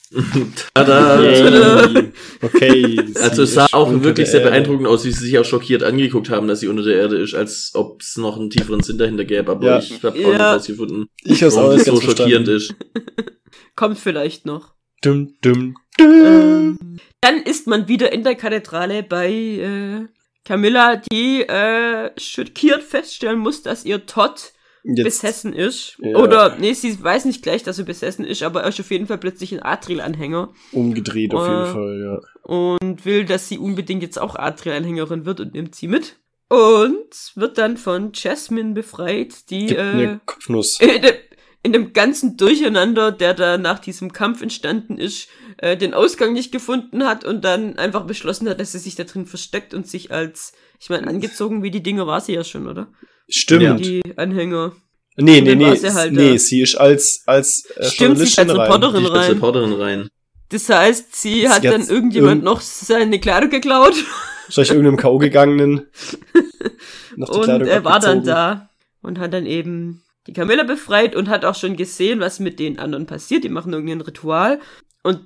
Speaker 1: Tada! tada.
Speaker 2: Yay. Okay. sie
Speaker 1: Also es sah
Speaker 2: ist
Speaker 1: auch
Speaker 2: unter
Speaker 1: wirklich
Speaker 2: der
Speaker 1: sehr
Speaker 2: Erde.
Speaker 1: beeindruckend aus, wie sie sich auch schockiert angeguckt haben, dass sie unter der Erde ist, als ob es noch einen tieferen Sinn dahinter gäbe. Aber
Speaker 2: Ja.
Speaker 1: ich habe auch
Speaker 3: Ja.
Speaker 1: nicht rausgefunden,
Speaker 2: Ich hab's auch
Speaker 1: warum
Speaker 2: nicht
Speaker 1: das so
Speaker 2: ganz
Speaker 1: schockierend
Speaker 2: verstanden.
Speaker 1: ist.
Speaker 3: Kommt vielleicht noch.
Speaker 2: Dum, dum, dum.
Speaker 3: Ähm, dann ist man wieder in der Kathedrale bei äh, Camilla, die äh, schockiert feststellen muss, dass ihr Todd
Speaker 2: Jetzt.
Speaker 3: besessen ist.
Speaker 2: Ja.
Speaker 3: Oder, nee, sie weiß nicht gleich, dass er besessen ist, aber er ist auf jeden Fall plötzlich ein Adril-Anhänger
Speaker 2: Umgedreht auf
Speaker 3: Äh,
Speaker 2: jeden Fall, ja.
Speaker 3: und will, dass sie unbedingt jetzt auch Adril-Anhängerin wird und nimmt sie mit. Und wird dann von Jasmine befreit, die
Speaker 2: Gibt
Speaker 3: äh,
Speaker 2: eine Kopfnuss.
Speaker 3: in, dem, in dem ganzen Durcheinander, der da nach diesem Kampf entstanden ist, äh, den Ausgang nicht gefunden hat und dann einfach beschlossen hat, dass sie sich da drin versteckt und sich als, ich meine, angezogen wie die Dinger war sie ja schon, oder?
Speaker 1: Ja.
Speaker 2: Stimmt.
Speaker 3: Die Anhänger.
Speaker 2: Nee, nee,
Speaker 3: dann
Speaker 2: nee.
Speaker 3: war sie halt
Speaker 2: nee,
Speaker 3: da.
Speaker 2: sie ist als, als äh,
Speaker 3: Stimmt, sie ist als
Speaker 2: Journalistin rein.
Speaker 1: Die
Speaker 3: Reporterin
Speaker 1: ist als
Speaker 3: rein.
Speaker 1: Reporterin rein.
Speaker 3: Das heißt, sie
Speaker 2: Ist
Speaker 3: hat dann
Speaker 2: jetzt
Speaker 3: irgendjemand
Speaker 2: irgend-
Speaker 3: noch seine Kleidung geklaut
Speaker 2: Vielleicht irgendeinem K.O. gegangenen. Noch die
Speaker 3: und
Speaker 2: Kleidung
Speaker 3: er war dann
Speaker 2: abgezogen.
Speaker 3: da und hat dann eben die Camilla befreit und hat auch schon gesehen, was mit den anderen passiert. Die machen irgendein Ritual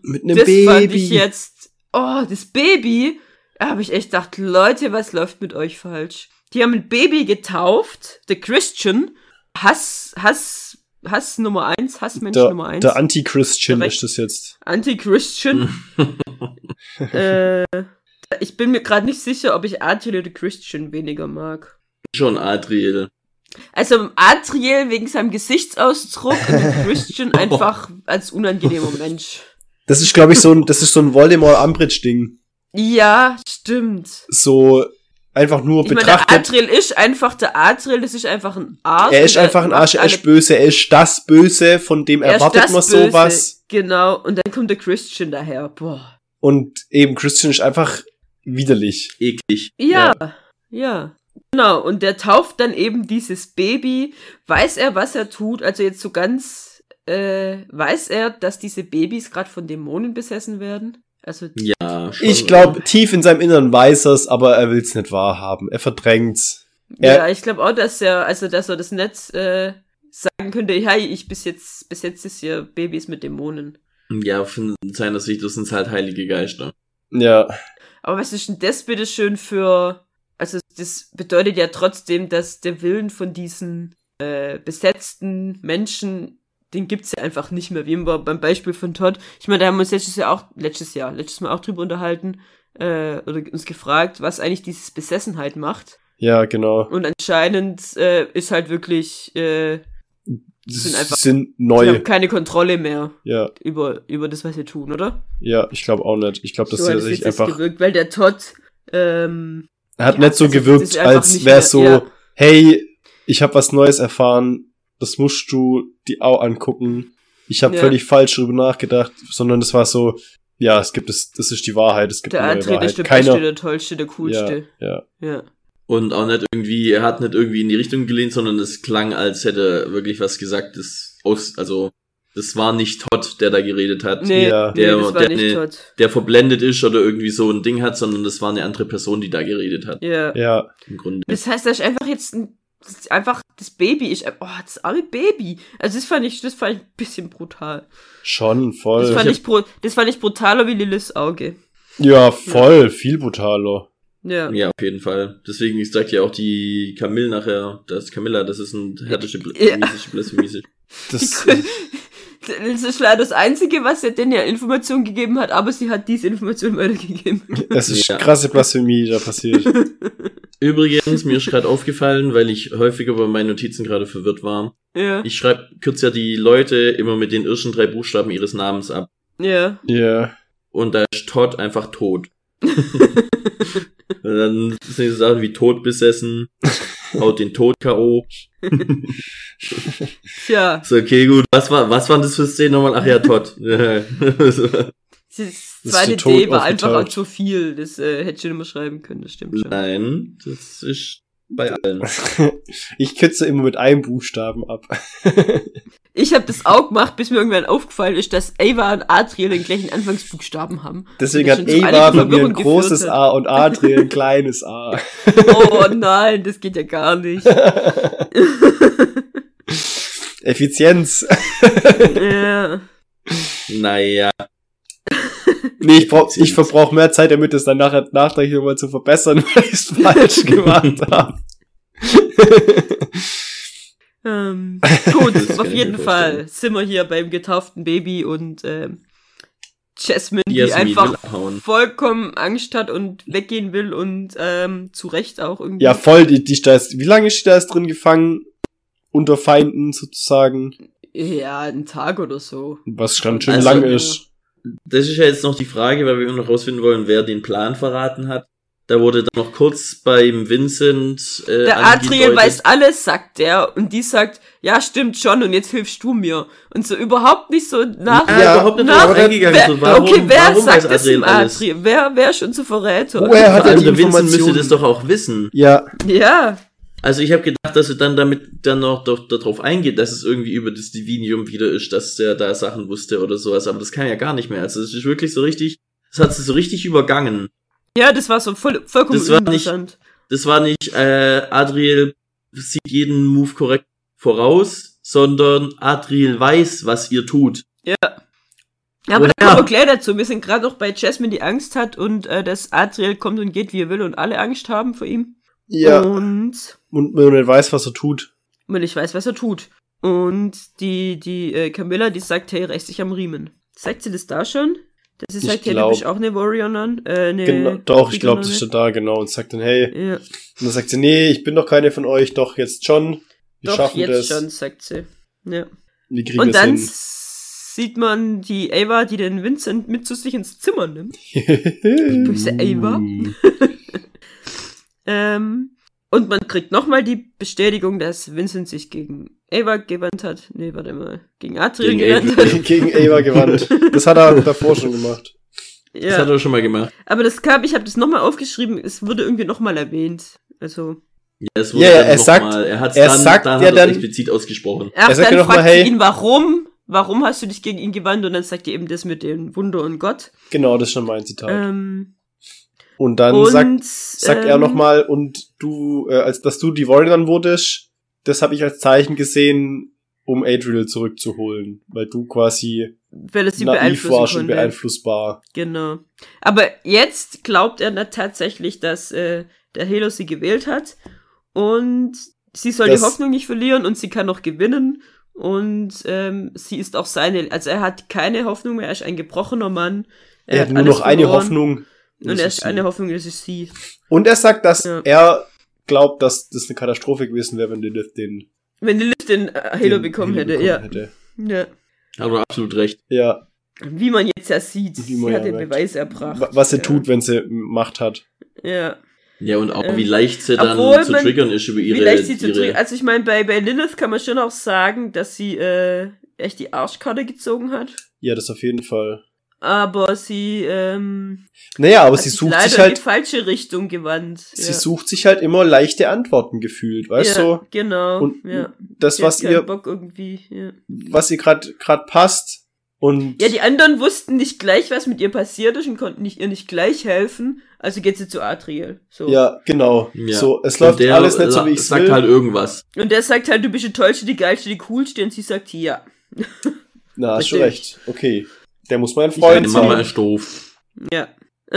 Speaker 2: Mit einem
Speaker 3: das
Speaker 2: Baby.
Speaker 3: fand ich jetzt. Oh, das Baby. Da habe ich echt gedacht, Leute, was läuft mit euch falsch? Die haben ein Baby getauft, The Christian. Hass, Hass, Hass Nummer eins, Hassmensch
Speaker 2: der
Speaker 3: Nummer eins.
Speaker 2: der Anti-Christian
Speaker 3: Direkt.
Speaker 2: ist das jetzt.
Speaker 3: Anti-Christian. äh, ich bin mir gerade nicht sicher, ob ich Adriel oder Christian weniger mag.
Speaker 1: Schon Adriel.
Speaker 3: Also Adriel wegen seinem Gesichtsausdruck und den Christian einfach als unangenehmer Mensch.
Speaker 2: Das ist, glaube ich, so ein, das ist so ein Voldemort-Ambridge-Ding.
Speaker 3: Ja, stimmt.
Speaker 2: So einfach nur
Speaker 3: Ich meine, der
Speaker 2: betrachtet.
Speaker 3: Adriel ist einfach der Adriel, das ist einfach ein Arsch.
Speaker 2: er ist
Speaker 3: und
Speaker 2: einfach ein
Speaker 3: macht
Speaker 2: Arsch, er
Speaker 3: alle-
Speaker 2: ist böse, er ist das Böse, von dem
Speaker 3: er ist
Speaker 2: erwartet
Speaker 3: das
Speaker 2: man
Speaker 3: Böse.
Speaker 2: sowas.
Speaker 3: Genau, und dann kommt der Christian daher. Boah.
Speaker 2: Und eben Christian ist einfach widerlich.
Speaker 1: Eklig.
Speaker 3: Ja, ja. Genau, und der tauft dann eben dieses Baby. Weiß er, was er tut? Also jetzt so ganz, äh, weiß er, dass diese Babys gerade von Dämonen besessen werden? Also,
Speaker 1: Ja, schon.
Speaker 2: Ich glaube, tief in seinem Inneren weiß er's, aber er will's nicht wahrhaben. Er verdrängt's.
Speaker 3: ja,
Speaker 2: Er-
Speaker 3: ich glaube auch, dass er, also, dass er das Netz, äh, sagen könnte, hey, ich bis jetzt, bis jetzt ist hier Babys mit Dämonen.
Speaker 1: Ja, von seiner Sicht, das sind halt heilige Geister.
Speaker 2: Ja.
Speaker 3: Aber was ist denn das bitte schön für. Also, das bedeutet ja trotzdem, dass der Willen von diesen äh, besetzten Menschen, den gibt's ja einfach nicht mehr, wie immer beim Beispiel von Todd. Ich meine, da haben wir uns letztes Jahr auch, letztes Jahr, letztes Mal auch drüber unterhalten, äh, oder uns gefragt, was eigentlich dieses Besessenheit macht.
Speaker 2: Ja, genau.
Speaker 3: Und anscheinend äh, ist halt wirklich, äh,
Speaker 2: Das
Speaker 3: sind einfach-
Speaker 2: sind
Speaker 3: wir
Speaker 2: neue.
Speaker 3: haben keine Kontrolle mehr
Speaker 2: Ja,
Speaker 3: über, über das, was wir tun, oder?
Speaker 2: ja, ich glaube auch nicht. Ich glaube, dass
Speaker 3: hat
Speaker 2: er
Speaker 3: es
Speaker 2: sich
Speaker 3: jetzt nicht
Speaker 2: einfach.
Speaker 3: gewirkt, weil der Todd, ähm,
Speaker 2: Er hat
Speaker 3: ja,
Speaker 2: nicht so
Speaker 3: also, das
Speaker 2: gewirkt,
Speaker 3: ist einfach
Speaker 2: als
Speaker 3: nicht
Speaker 2: wäre
Speaker 3: mehr-
Speaker 2: so,
Speaker 3: ja.
Speaker 2: hey, ich habe was Neues erfahren, das musst du die auch angucken. Ich habe
Speaker 3: Ja.
Speaker 2: völlig falsch drüber nachgedacht, sondern es war so, ja, es gibt es, das ist die Wahrheit, es gibt
Speaker 3: der
Speaker 2: eine neue
Speaker 3: Antrieb ist
Speaker 2: Wahrheit.
Speaker 3: der Beste,
Speaker 2: Keiner,
Speaker 3: der Tollste, der Coolste.
Speaker 2: ja,
Speaker 3: ja.
Speaker 1: Und auch nicht irgendwie, er hat nicht irgendwie in die Richtung gelehnt, sondern es klang, als hätte er wirklich was gesagt, das aus, also das war nicht Todd, der da geredet hat,
Speaker 3: Nee,
Speaker 2: Ja.
Speaker 3: nee
Speaker 1: Der-
Speaker 3: das war
Speaker 1: der-
Speaker 3: nicht
Speaker 1: nee.
Speaker 3: Todd.
Speaker 1: der verblendet ist oder irgendwie so ein Ding hat, sondern das war eine andere Person, die da geredet hat.
Speaker 3: Ja.
Speaker 2: Ja.
Speaker 1: Im Grunde.
Speaker 3: Das heißt, das ist einfach jetzt ein, das ist einfach das Baby ist ein- oh, das arme Baby. Also das fand ich, das fand ich ein bisschen brutal.
Speaker 2: Schon,
Speaker 3: Das
Speaker 2: voll.
Speaker 3: fand ich, bru- das fand ich brutaler wie Lilles Auge.
Speaker 2: Ja, voll, viel brutaler.
Speaker 3: Ja.
Speaker 1: Ja, auf jeden Fall. Deswegen sagt ja auch die Camille nachher, dass Camilla, das ist ein härteste
Speaker 3: Ja.
Speaker 1: blasphemiesische Blasphemie.
Speaker 2: Das,
Speaker 3: Das ist leider das Einzige, was sie denn ja Informationen gegeben hat, aber sie hat diese Information weitergegeben.
Speaker 2: es ist
Speaker 1: Ja.
Speaker 2: krasse Blasphemie, da passiert.
Speaker 1: Übrigens, mir ist gerade aufgefallen, weil ich häufiger bei meinen Notizen gerade verwirrt war.
Speaker 3: Ja.
Speaker 1: Ich schreibe, kürze ja die Leute immer mit den ersten drei Buchstaben ihres Namens ab.
Speaker 3: Ja.
Speaker 2: Ja.
Speaker 1: Und da ist Todd einfach tot. Und dann sind so Sachen wie tot besessen, haut den Tod K.O.
Speaker 3: Tja.
Speaker 1: So, okay, gut. Was war, was waren das für Szenen nochmal? Ach ja, Todd.
Speaker 3: Das
Speaker 2: zu
Speaker 3: zweite
Speaker 2: Tod
Speaker 3: D war einfach
Speaker 2: aufgeteilt.
Speaker 3: auch zu viel. Das äh, hätte ich schon immer schreiben können, das stimmt schon.
Speaker 1: Nein, das ist bei allen.
Speaker 2: Ich kürze immer mit einem Buchstaben ab.
Speaker 3: Ich habe das auch gemacht, bis mir irgendwann aufgefallen ist, dass Ava und Adriel den gleichen Anfangsbuchstaben haben.
Speaker 2: Deswegen
Speaker 3: Das
Speaker 2: hat
Speaker 3: schon zu
Speaker 2: Eva
Speaker 3: einigen
Speaker 2: bei mir ein
Speaker 3: Verwirrungen
Speaker 2: großes
Speaker 3: geführt hat.
Speaker 2: A und Adriel ein kleines A.
Speaker 3: Oh nein, das geht ja gar nicht.
Speaker 2: Effizienz.
Speaker 3: ja.
Speaker 1: Naja,
Speaker 2: Nee, ich, brauch, ich verbrauche mehr Zeit, damit es dann nachher nachträglich nochmal zu verbessern, weil ich es falsch gemacht habe.
Speaker 3: Ähm, gut,
Speaker 1: Das kann
Speaker 3: auf
Speaker 1: ich
Speaker 3: jeden
Speaker 1: mir
Speaker 3: Fall
Speaker 1: vorstellen.
Speaker 3: sind wir hier beim getauften Baby und ähm, Jasmine, die
Speaker 1: Jasmin will
Speaker 3: einfach
Speaker 1: abhauen.
Speaker 3: vollkommen Angst hat und weggehen will und ähm, zu Recht auch irgendwie.
Speaker 2: ja, voll, die, die da ist, wie lange ist die da jetzt drin gefangen? Unter Feinden sozusagen,
Speaker 3: ja, einen Tag oder so.
Speaker 2: was ganz schön
Speaker 1: Also,
Speaker 2: lang
Speaker 3: ja.
Speaker 2: ist.
Speaker 1: Das ist ja jetzt noch die Frage, weil wir immer noch rausfinden wollen, wer den Plan verraten hat. Da wurde dann noch kurz beim Vincent äh,
Speaker 3: Der Adriel
Speaker 1: angedeutet-
Speaker 3: weiß alles, sagt der, und die sagt, ja, stimmt schon, und jetzt hilfst du mir. Und so überhaupt nicht so nach.
Speaker 1: Ja, überhaupt nicht
Speaker 3: nach-
Speaker 1: drauf eingegangen.
Speaker 3: wer,
Speaker 1: So, warum,
Speaker 3: okay, wer
Speaker 1: warum
Speaker 3: sagt
Speaker 1: weiß
Speaker 3: das dem
Speaker 1: Adriel alles?
Speaker 3: Adriel? Wer, wer ist schon zu Verräter?
Speaker 2: Woher hat er
Speaker 1: Vor allem
Speaker 2: die
Speaker 1: der Vincent müsste
Speaker 2: Informationen?
Speaker 1: das doch auch wissen.
Speaker 2: Ja,
Speaker 3: ja,
Speaker 1: Also ich habe gedacht, dass er dann damit dann noch doch, darauf eingeht, dass es irgendwie über das Divinium wieder ist, dass er da Sachen wusste oder sowas, aber das kann er ja gar nicht mehr. Also es ist wirklich so richtig, das hat sie so richtig übergangen.
Speaker 3: ja, das war so voll, vollkommen
Speaker 1: Das war nicht-
Speaker 3: uninteressant.
Speaker 1: Das war nicht äh, Adriel sieht jeden Move korrekt voraus, sondern Adriel weiß, was ihr tut.
Speaker 3: Ja, aber da
Speaker 1: Woher?
Speaker 3: kommen wir gleich dazu. Wir sind gerade noch bei Jasmine, die Angst hat und äh, dass Adriel kommt und geht, wie er will, und alle Angst haben vor ihm. Mhm.
Speaker 2: ja.
Speaker 3: Und
Speaker 2: Und man nicht weiß, was er tut.
Speaker 3: weil ich weiß, was er tut. Und die, die äh, Camilla, die sagt, hey, reiß dich am Riemen. Sagt sie das da schon? Dass sie
Speaker 2: Ich
Speaker 3: sagt, hey,
Speaker 2: glaub-
Speaker 3: du bist auch eine Warriorin. Äh, eine
Speaker 2: Genau, doch, ich glaube,
Speaker 3: Kriegerin.
Speaker 2: das
Speaker 3: ne?
Speaker 2: steht da, genau. Und sagt dann, hey,
Speaker 3: Ja,
Speaker 2: Und dann sagt sie, nee, ich bin doch keine von euch, doch jetzt schon. Wir
Speaker 3: doch,
Speaker 2: schaffen
Speaker 3: jetzt
Speaker 2: das.
Speaker 3: schon, sagt sie. Ja.
Speaker 2: Wir kriegen
Speaker 3: Und dann
Speaker 2: das
Speaker 3: sieht man die Ava, die den Vincent mit zu sich ins Zimmer nimmt.
Speaker 2: hin.
Speaker 3: Böse Ava. Ähm, und man kriegt nochmal die Bestätigung, dass Vincent sich gegen Ava gewandt hat. Nee, warte mal. Gegen Adrian
Speaker 1: Gegen
Speaker 3: gewandt
Speaker 1: Adrian.
Speaker 3: hat.
Speaker 2: Gegen Ava gewandt. Das hat er davor schon gemacht.
Speaker 1: Das hat
Speaker 3: Ja.
Speaker 1: er schon mal gemacht.
Speaker 3: Aber das kam, ich habe das nochmal aufgeschrieben, es wurde irgendwie nochmal erwähnt. Also.
Speaker 1: Ja, es wurde
Speaker 2: Ja, ja,
Speaker 1: dann
Speaker 2: er
Speaker 1: noch
Speaker 2: sagt-
Speaker 1: mal, er hat's
Speaker 2: er
Speaker 1: dann,
Speaker 2: sagt
Speaker 1: dann
Speaker 2: ja
Speaker 1: hat er
Speaker 2: dann-
Speaker 1: explizit ausgesprochen.
Speaker 3: Ach,
Speaker 2: sagt
Speaker 3: dann
Speaker 2: ja noch
Speaker 3: fragt
Speaker 2: mal,
Speaker 3: sie
Speaker 2: hey.
Speaker 3: ihn, warum? Warum hast du dich gegen ihn gewandt? Und dann sagt ihr eben das mit dem Wunder und Gott.
Speaker 2: Genau, das ist schon mein Zitat.
Speaker 3: Ähm,
Speaker 2: und dann
Speaker 3: und
Speaker 2: sagt, sagt er
Speaker 3: ähm,
Speaker 2: nochmal, und du, äh, als dass du die Warrior wurdest, das habe ich als Zeichen gesehen, um Adriel zurückzuholen. Weil du quasi
Speaker 3: Weil es sie
Speaker 2: naiv warst
Speaker 3: beeinflussen
Speaker 2: und
Speaker 3: konnte.
Speaker 2: beeinflussbar.
Speaker 3: Genau. Aber jetzt glaubt er na- tatsächlich, dass äh, der Helos sie gewählt hat. Und sie soll
Speaker 2: Das-
Speaker 3: die Hoffnung nicht verlieren und sie kann noch gewinnen. Und ähm, sie ist auch seine, also er hat keine Hoffnung mehr, er ist ein gebrochener Mann.
Speaker 2: Er hat nur
Speaker 3: alles
Speaker 2: noch eine
Speaker 3: verloren.
Speaker 2: Hoffnung.
Speaker 3: Und er
Speaker 2: das
Speaker 3: ist
Speaker 2: sie.
Speaker 3: eine Hoffnung, das ist sie.
Speaker 2: Und er sagt, dass
Speaker 3: Ja.
Speaker 2: er glaubt, dass das eine Katastrophe gewesen wäre, wenn Lilith den,
Speaker 3: Wenn die Lift den äh, Halo
Speaker 2: den
Speaker 3: bekommen
Speaker 2: Halo
Speaker 3: hätte, ja. ja.
Speaker 1: Hat er absolut recht.
Speaker 2: Ja,
Speaker 3: Wie man jetzt ja sieht,
Speaker 2: Wie
Speaker 3: sie
Speaker 2: man
Speaker 3: hat
Speaker 2: ja
Speaker 3: den
Speaker 2: merkt.
Speaker 3: Beweis erbracht.
Speaker 2: wa- was sie
Speaker 3: ja.
Speaker 2: tut, wenn sie Macht hat.
Speaker 3: Ja.
Speaker 1: Ja, und auch
Speaker 3: Ähm,
Speaker 1: wie leicht sie dann
Speaker 3: obwohl
Speaker 1: zu
Speaker 3: man-
Speaker 1: triggern ist über ihre,
Speaker 3: Vielleicht sie zu
Speaker 1: ihre
Speaker 3: drücken. Also ich meine, bei, bei Lilith kann man schon auch sagen, dass sie äh, echt die Arschkarte gezogen hat.
Speaker 2: Ja, das auf jeden Fall.
Speaker 3: aber sie ähm,
Speaker 2: Naja, aber
Speaker 3: hat
Speaker 2: sie
Speaker 3: sich
Speaker 2: sucht
Speaker 3: leider
Speaker 2: sich
Speaker 3: in die
Speaker 2: halt,
Speaker 3: falsche Richtung gewandt.
Speaker 2: sie
Speaker 3: ja.
Speaker 2: sucht sich halt immer leichte Antworten gefühlt, weißt
Speaker 3: ja,
Speaker 2: du?
Speaker 3: Genau.
Speaker 2: Und
Speaker 3: ja.
Speaker 2: Das,
Speaker 3: Sie
Speaker 2: was
Speaker 3: hat keinen
Speaker 2: ihr,
Speaker 3: Bock irgendwie. Ja.
Speaker 2: was ihr gerade grad passt. Und
Speaker 3: ja, die anderen wussten nicht gleich, was mit ihr passiert ist und konnten nicht, ihr nicht gleich helfen. Also geht sie zu Adriel. So.
Speaker 2: Ja, genau.
Speaker 1: Ja.
Speaker 2: So, es
Speaker 1: Und
Speaker 2: läuft
Speaker 1: der
Speaker 2: alles nicht so,
Speaker 1: la-
Speaker 2: wie ich
Speaker 1: sagt
Speaker 2: will.
Speaker 1: halt irgendwas.
Speaker 3: Und der sagt halt, du bist die tollste, die geilste, die coolste. Und sie sagt, ja.
Speaker 2: Na, hast du recht.
Speaker 3: Bestimmt.
Speaker 2: Okay. Der muss mein
Speaker 1: Meine
Speaker 2: Freund
Speaker 1: Mama
Speaker 2: sein.
Speaker 1: ist doof.
Speaker 3: Ja.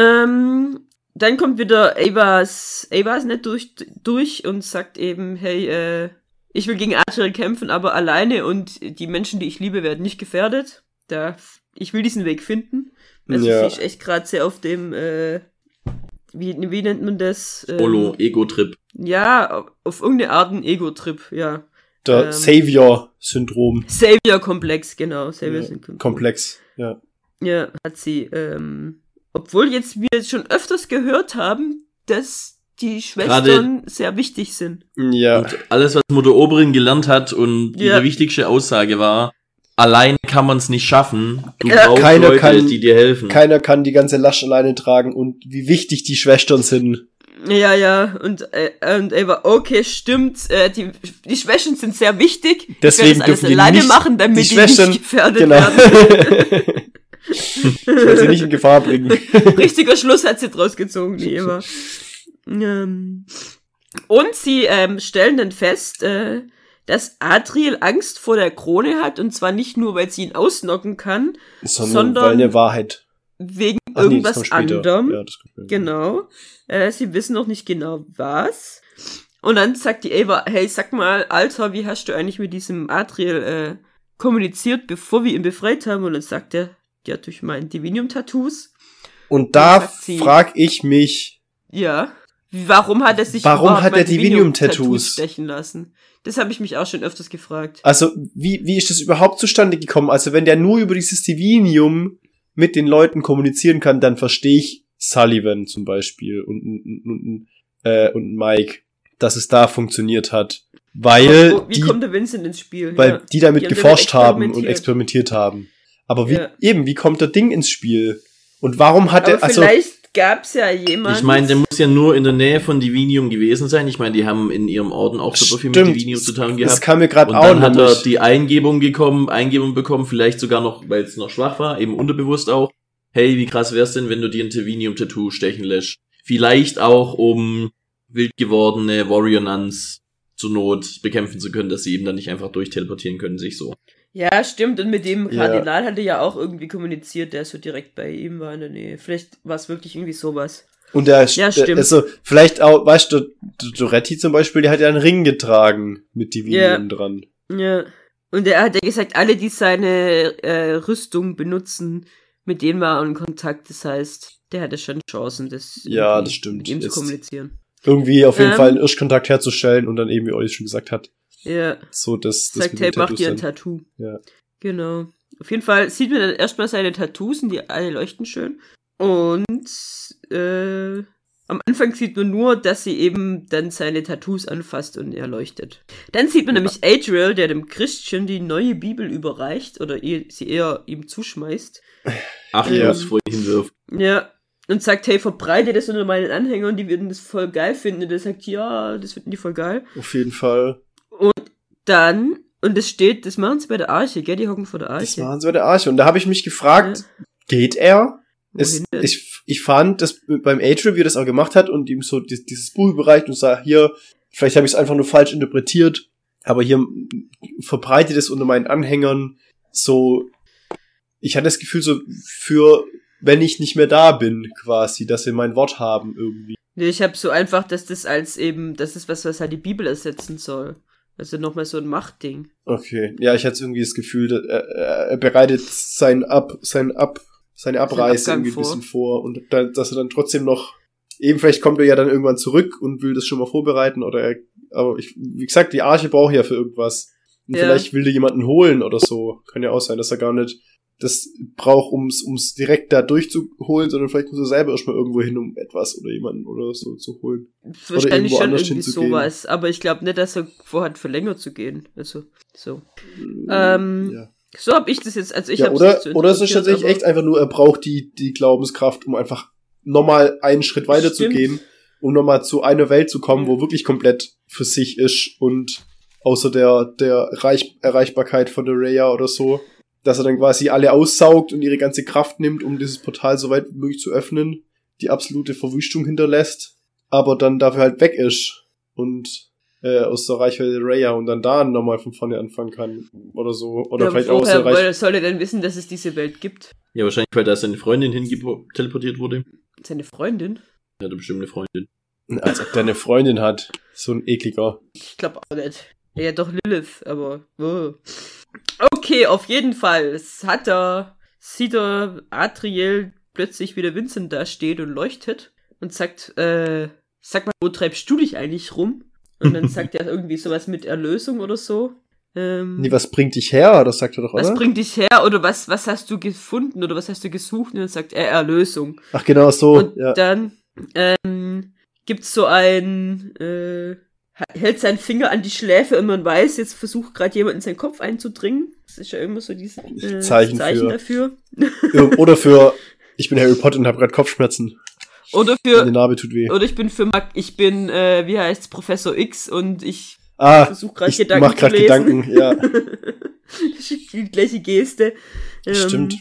Speaker 3: Ähm, dann kommt wieder Avas, Avas nicht durch, durch und sagt eben, hey, äh, ich will gegen Archer kämpfen, aber alleine und die Menschen, die ich liebe, werden nicht gefährdet. Da, ich will diesen Weg finden. Also
Speaker 2: Ja.
Speaker 3: sie ist echt gerade sehr auf dem, äh, wie, wie nennt man das? Ähm,
Speaker 1: Polo, Ego-Trip.
Speaker 3: Ja, auf, auf irgendeine Art ein Ego-Trip, ja.
Speaker 2: Der
Speaker 3: ähm,
Speaker 2: Savior-Syndrom.
Speaker 3: Savior-Komplex, genau. Savior sind
Speaker 2: Komplex. Ja.
Speaker 3: Ja, hat sie. Ähm, obwohl jetzt wir jetzt schon öfters gehört haben, dass die Schwestern sehr wichtig sind.
Speaker 2: Ja.
Speaker 1: Und alles, was Mutter Oberin gelernt hat und
Speaker 3: Ja.
Speaker 1: ihre wichtigste Aussage war, allein kann man es nicht schaffen. Du
Speaker 3: Ja.
Speaker 1: brauchst
Speaker 2: Keiner
Speaker 1: Leute,
Speaker 2: kann-
Speaker 1: die dir helfen.
Speaker 2: Keiner kann die ganze Lasche alleine tragen und wie wichtig die Schwestern sind.
Speaker 3: Ja, ja, und, äh, und Eva, okay, stimmt, äh, die, die Schwestern sind sehr wichtig. Ich werde
Speaker 2: Deswegen
Speaker 3: das alles
Speaker 2: dürfen die
Speaker 3: alleine
Speaker 2: nicht-
Speaker 3: machen, damit
Speaker 2: die
Speaker 3: die,
Speaker 2: Schwestern-
Speaker 3: nicht gefährdet
Speaker 2: Genau.
Speaker 3: werden.
Speaker 2: ich will sie nicht in Gefahr bringen.
Speaker 3: Richtiger Schluss hat sie draus gezogen, die Eva. Ähm, und sie ähm, stellen dann fest, äh, dass Adriel Angst vor der Krone hat, und zwar nicht nur, weil sie ihn ausnocken kann,
Speaker 2: Sondern,
Speaker 3: Sondern-
Speaker 2: weil eine Wahrheit.
Speaker 3: wegen
Speaker 2: Ach nee,
Speaker 3: irgendwas
Speaker 2: das kommt später.
Speaker 3: anderem.
Speaker 2: Ja, das kommt später.
Speaker 3: Genau. Äh, sie wissen noch nicht genau was. Und dann sagt die Ava, hey, sag mal, Alter, wie hast du eigentlich mit diesem Adriel äh, kommuniziert, bevor wir ihn befreit haben? Und dann sagt er, ja, durch mein Divinium-Tattoos.
Speaker 2: Und da
Speaker 3: Sagt sie-
Speaker 2: frag ich mich,
Speaker 3: Ja. Warum hat er sich
Speaker 2: Warum
Speaker 3: überhaupt
Speaker 2: hat
Speaker 3: mein
Speaker 2: er Divinium-Tattoos?
Speaker 3: stechen lassen? Das habe ich mich auch schon öfters gefragt.
Speaker 2: also wie, wie ist das überhaupt zustande gekommen? Also wenn der nur über dieses Divinium mit den Leuten kommunizieren kann, dann verstehe ich Sullivan zum Beispiel und, und, und, äh, und Mike, dass es da funktioniert hat. Weil
Speaker 3: Wo- wie
Speaker 2: die
Speaker 3: kommt der Vincent ins Spiel?
Speaker 2: weil
Speaker 3: ja. Die
Speaker 2: die damit
Speaker 3: haben damit
Speaker 2: geforscht haben und
Speaker 3: experimentiert.
Speaker 2: experimentiert haben. Aber wie,
Speaker 3: Ja.
Speaker 2: eben, wie kommt der Ding ins Spiel? Und warum hat
Speaker 3: Aber
Speaker 2: er, also,
Speaker 3: vielleicht gab's ja jemanden.
Speaker 1: Ich meine, der muss ja nur in der Nähe von Divinium gewesen sein. Ich meine, die haben in ihrem Orden auch super viel mit
Speaker 2: Stimmt.
Speaker 1: Divinium zu tun
Speaker 2: das
Speaker 1: gehabt.
Speaker 2: kam mir
Speaker 1: Und
Speaker 2: gerade auch
Speaker 1: dann hat er
Speaker 2: nicht.
Speaker 1: die Eingebung gekommen, Eingebung bekommen, vielleicht sogar noch, weil es noch schwach war, eben unterbewusst auch. Hey, wie krass wär's denn, wenn du dir ein Divinium-Tattoo stechen lässt? Vielleicht auch, um wild gewordene Warrior Nuns zur Not bekämpfen zu können, dass sie eben dann nicht einfach durchteleportieren können, sich so.
Speaker 3: Ja, stimmt. Und mit dem
Speaker 2: Ja.
Speaker 3: Kardinal hatte ja auch irgendwie kommuniziert, der so direkt bei ihm war in der Nähe. Vielleicht war es wirklich irgendwie sowas.
Speaker 2: Und der,
Speaker 3: Ja,
Speaker 2: der
Speaker 3: stimmt.
Speaker 2: also, vielleicht auch, weißt du, D- Doretti zum Beispiel, der hat ja einen Ring getragen mit Divinium
Speaker 3: Ja.
Speaker 2: dran.
Speaker 3: Ja. Und er hat ja gesagt, alle, die seine äh, Rüstung benutzen, mit denen war er in Kontakt. Das heißt, der hatte schon Chancen, das,
Speaker 2: Ja,
Speaker 3: irgendwie
Speaker 2: das stimmt.
Speaker 3: mit ihm zu
Speaker 2: Ist-
Speaker 3: kommunizieren.
Speaker 2: Irgendwie auf jeden
Speaker 3: Ähm.
Speaker 2: Fall einen Irschkontakt herzustellen und dann eben, wie Olli schon gesagt hat,
Speaker 3: Ja.
Speaker 2: so, dass, das
Speaker 3: Sagt, hey, mach dir ein
Speaker 2: dann-
Speaker 3: Tattoo.
Speaker 2: Ja.
Speaker 3: Genau. Auf jeden Fall sieht man dann erstmal seine Tattoos und die alle leuchten schön. Und äh, am Anfang sieht man nur, dass sie eben dann seine Tattoos anfasst und er leuchtet. Dann sieht man nämlich Adriel, der dem Christian die neue Bibel überreicht oder ihr, sie eher ihm zuschmeißt.
Speaker 1: Ach,
Speaker 3: Ja.
Speaker 1: was vor ihn wirft.
Speaker 3: Ja. Und sagt, hey, verbreite das unter meinen Anhängern, die würden das voll geil finden. Und er sagt, ja, das finden die voll geil.
Speaker 2: Auf jeden Fall.
Speaker 3: Dann, und es steht, das machen sie bei der Arche, gell? Die hocken vor der
Speaker 2: Das
Speaker 3: Arche.
Speaker 2: waren so der Arche. Und da habe ich mich gefragt,
Speaker 3: Ja.
Speaker 2: geht er? Es,
Speaker 3: Wohin denn?
Speaker 2: ich, ich fand, dass beim Atrium, wie er das auch gemacht hat und ihm so dies- dieses Buch überreicht und sah, hier, vielleicht habe ich es einfach nur falsch interpretiert, aber hier m, verbreitet es unter meinen Anhängern so, ich hatte das Gefühl so für, wenn ich nicht mehr da bin, quasi, dass sie mein Wort haben irgendwie.
Speaker 3: Nee, ich habe so einfach, dass das als eben, das ist was, was halt die Bibel ersetzen soll. Also nochmal so ein Machtding.
Speaker 2: Okay, ja, ich hatte irgendwie das Gefühl, da- er, er bereitet sein Ab, sein Ab, seine Abreise
Speaker 3: Abgang
Speaker 2: irgendwie ein
Speaker 3: vor.
Speaker 2: bisschen vor und dann, dass er dann trotzdem noch, eben vielleicht kommt er ja dann irgendwann zurück und will das schon mal vorbereiten oder er, aber ich, wie gesagt, die Arche braucht ja für irgendwas. Und
Speaker 3: Ja.
Speaker 2: vielleicht will er jemanden holen oder so. Kann ja auch sein, dass er gar nicht das braucht, ums, ums direkt da durchzuholen, sondern vielleicht muss er selber erstmal irgendwo hin, um etwas oder jemanden oder so zu holen.
Speaker 3: Wahrscheinlich
Speaker 2: irgendwo
Speaker 3: schon
Speaker 2: anders
Speaker 3: irgendwie
Speaker 2: hinzugehen.
Speaker 3: sowas, aber ich glaube nicht, dass er vorhat, für länger zu gehen. Also, so. Ähm,
Speaker 2: ja.
Speaker 3: So habe ich das jetzt, also ich
Speaker 2: ja,
Speaker 3: habe
Speaker 2: oder, oder es ist tatsächlich echt einfach nur, er braucht die, die Glaubenskraft, um einfach nochmal einen Schritt weiter zu
Speaker 3: Stimmt.
Speaker 2: gehen, um nochmal zu einer Welt zu kommen, wo wirklich komplett für sich ist und außer der, der Reich Erreichbarkeit von der Raya oder so, dass er dann quasi alle aussaugt und ihre ganze Kraft nimmt, um dieses Portal so weit wie möglich zu öffnen, die absolute Verwüstung hinterlässt, aber dann dafür halt weg ist und äh, aus der Reichweite der Raya und dann da nochmal von vorne anfangen kann oder so. Oder
Speaker 3: Oder
Speaker 2: vielleicht
Speaker 3: vielleicht
Speaker 2: auch aus
Speaker 3: vorher,
Speaker 2: der Reich
Speaker 3: weil soll er denn wissen, dass es diese Welt gibt?
Speaker 1: Ja, wahrscheinlich, weil da seine Freundin hingeteleportiert wurde.
Speaker 3: Seine Freundin?
Speaker 1: Er hatte bestimmt eine Freundin.
Speaker 2: Als ob der eine Freundin hat. So ein ekliger.
Speaker 3: Ich glaube auch nicht. Ja, doch Lilith, aber. Oh. Okay, auf jeden Fall. Es hat er. Sieht er Adriel plötzlich wieder Vincent da steht und leuchtet und sagt, äh, sag mal, wo treibst du dich eigentlich rum? Und dann sagt er irgendwie sowas mit Erlösung oder so. Ähm,
Speaker 2: Nee, was bringt dich her? Das sagt er doch,
Speaker 3: was
Speaker 2: oder?
Speaker 3: bringt dich her? Oder was, was hast du gefunden? Oder was hast du gesucht? Und dann sagt er Erlösung.
Speaker 2: Ach genau, so.
Speaker 3: Und
Speaker 2: Ja.
Speaker 3: dann ähm, gibt's so ein äh, hält seinen Finger an die Schläfe und man weiß, jetzt versucht gerade jemand in seinen Kopf einzudringen. Das ist ja immer so dieses äh,
Speaker 2: Zeichen für-
Speaker 3: dafür.
Speaker 2: Ir- Oder für, ich bin Harry Potter und habe gerade Kopfschmerzen.
Speaker 3: Oder
Speaker 2: Meine
Speaker 3: für
Speaker 2: Narbe tut weh.
Speaker 3: oder ich bin für Mag ich bin äh, wie heißt's Professor X und ich
Speaker 2: Ah,
Speaker 3: versuche gerade
Speaker 2: ich
Speaker 3: Gedanken
Speaker 2: mach
Speaker 3: zu
Speaker 2: gerade
Speaker 3: lesen.
Speaker 2: Gedanken. Ja,
Speaker 3: Das ist die gleiche Geste. Ähm,
Speaker 2: stimmt.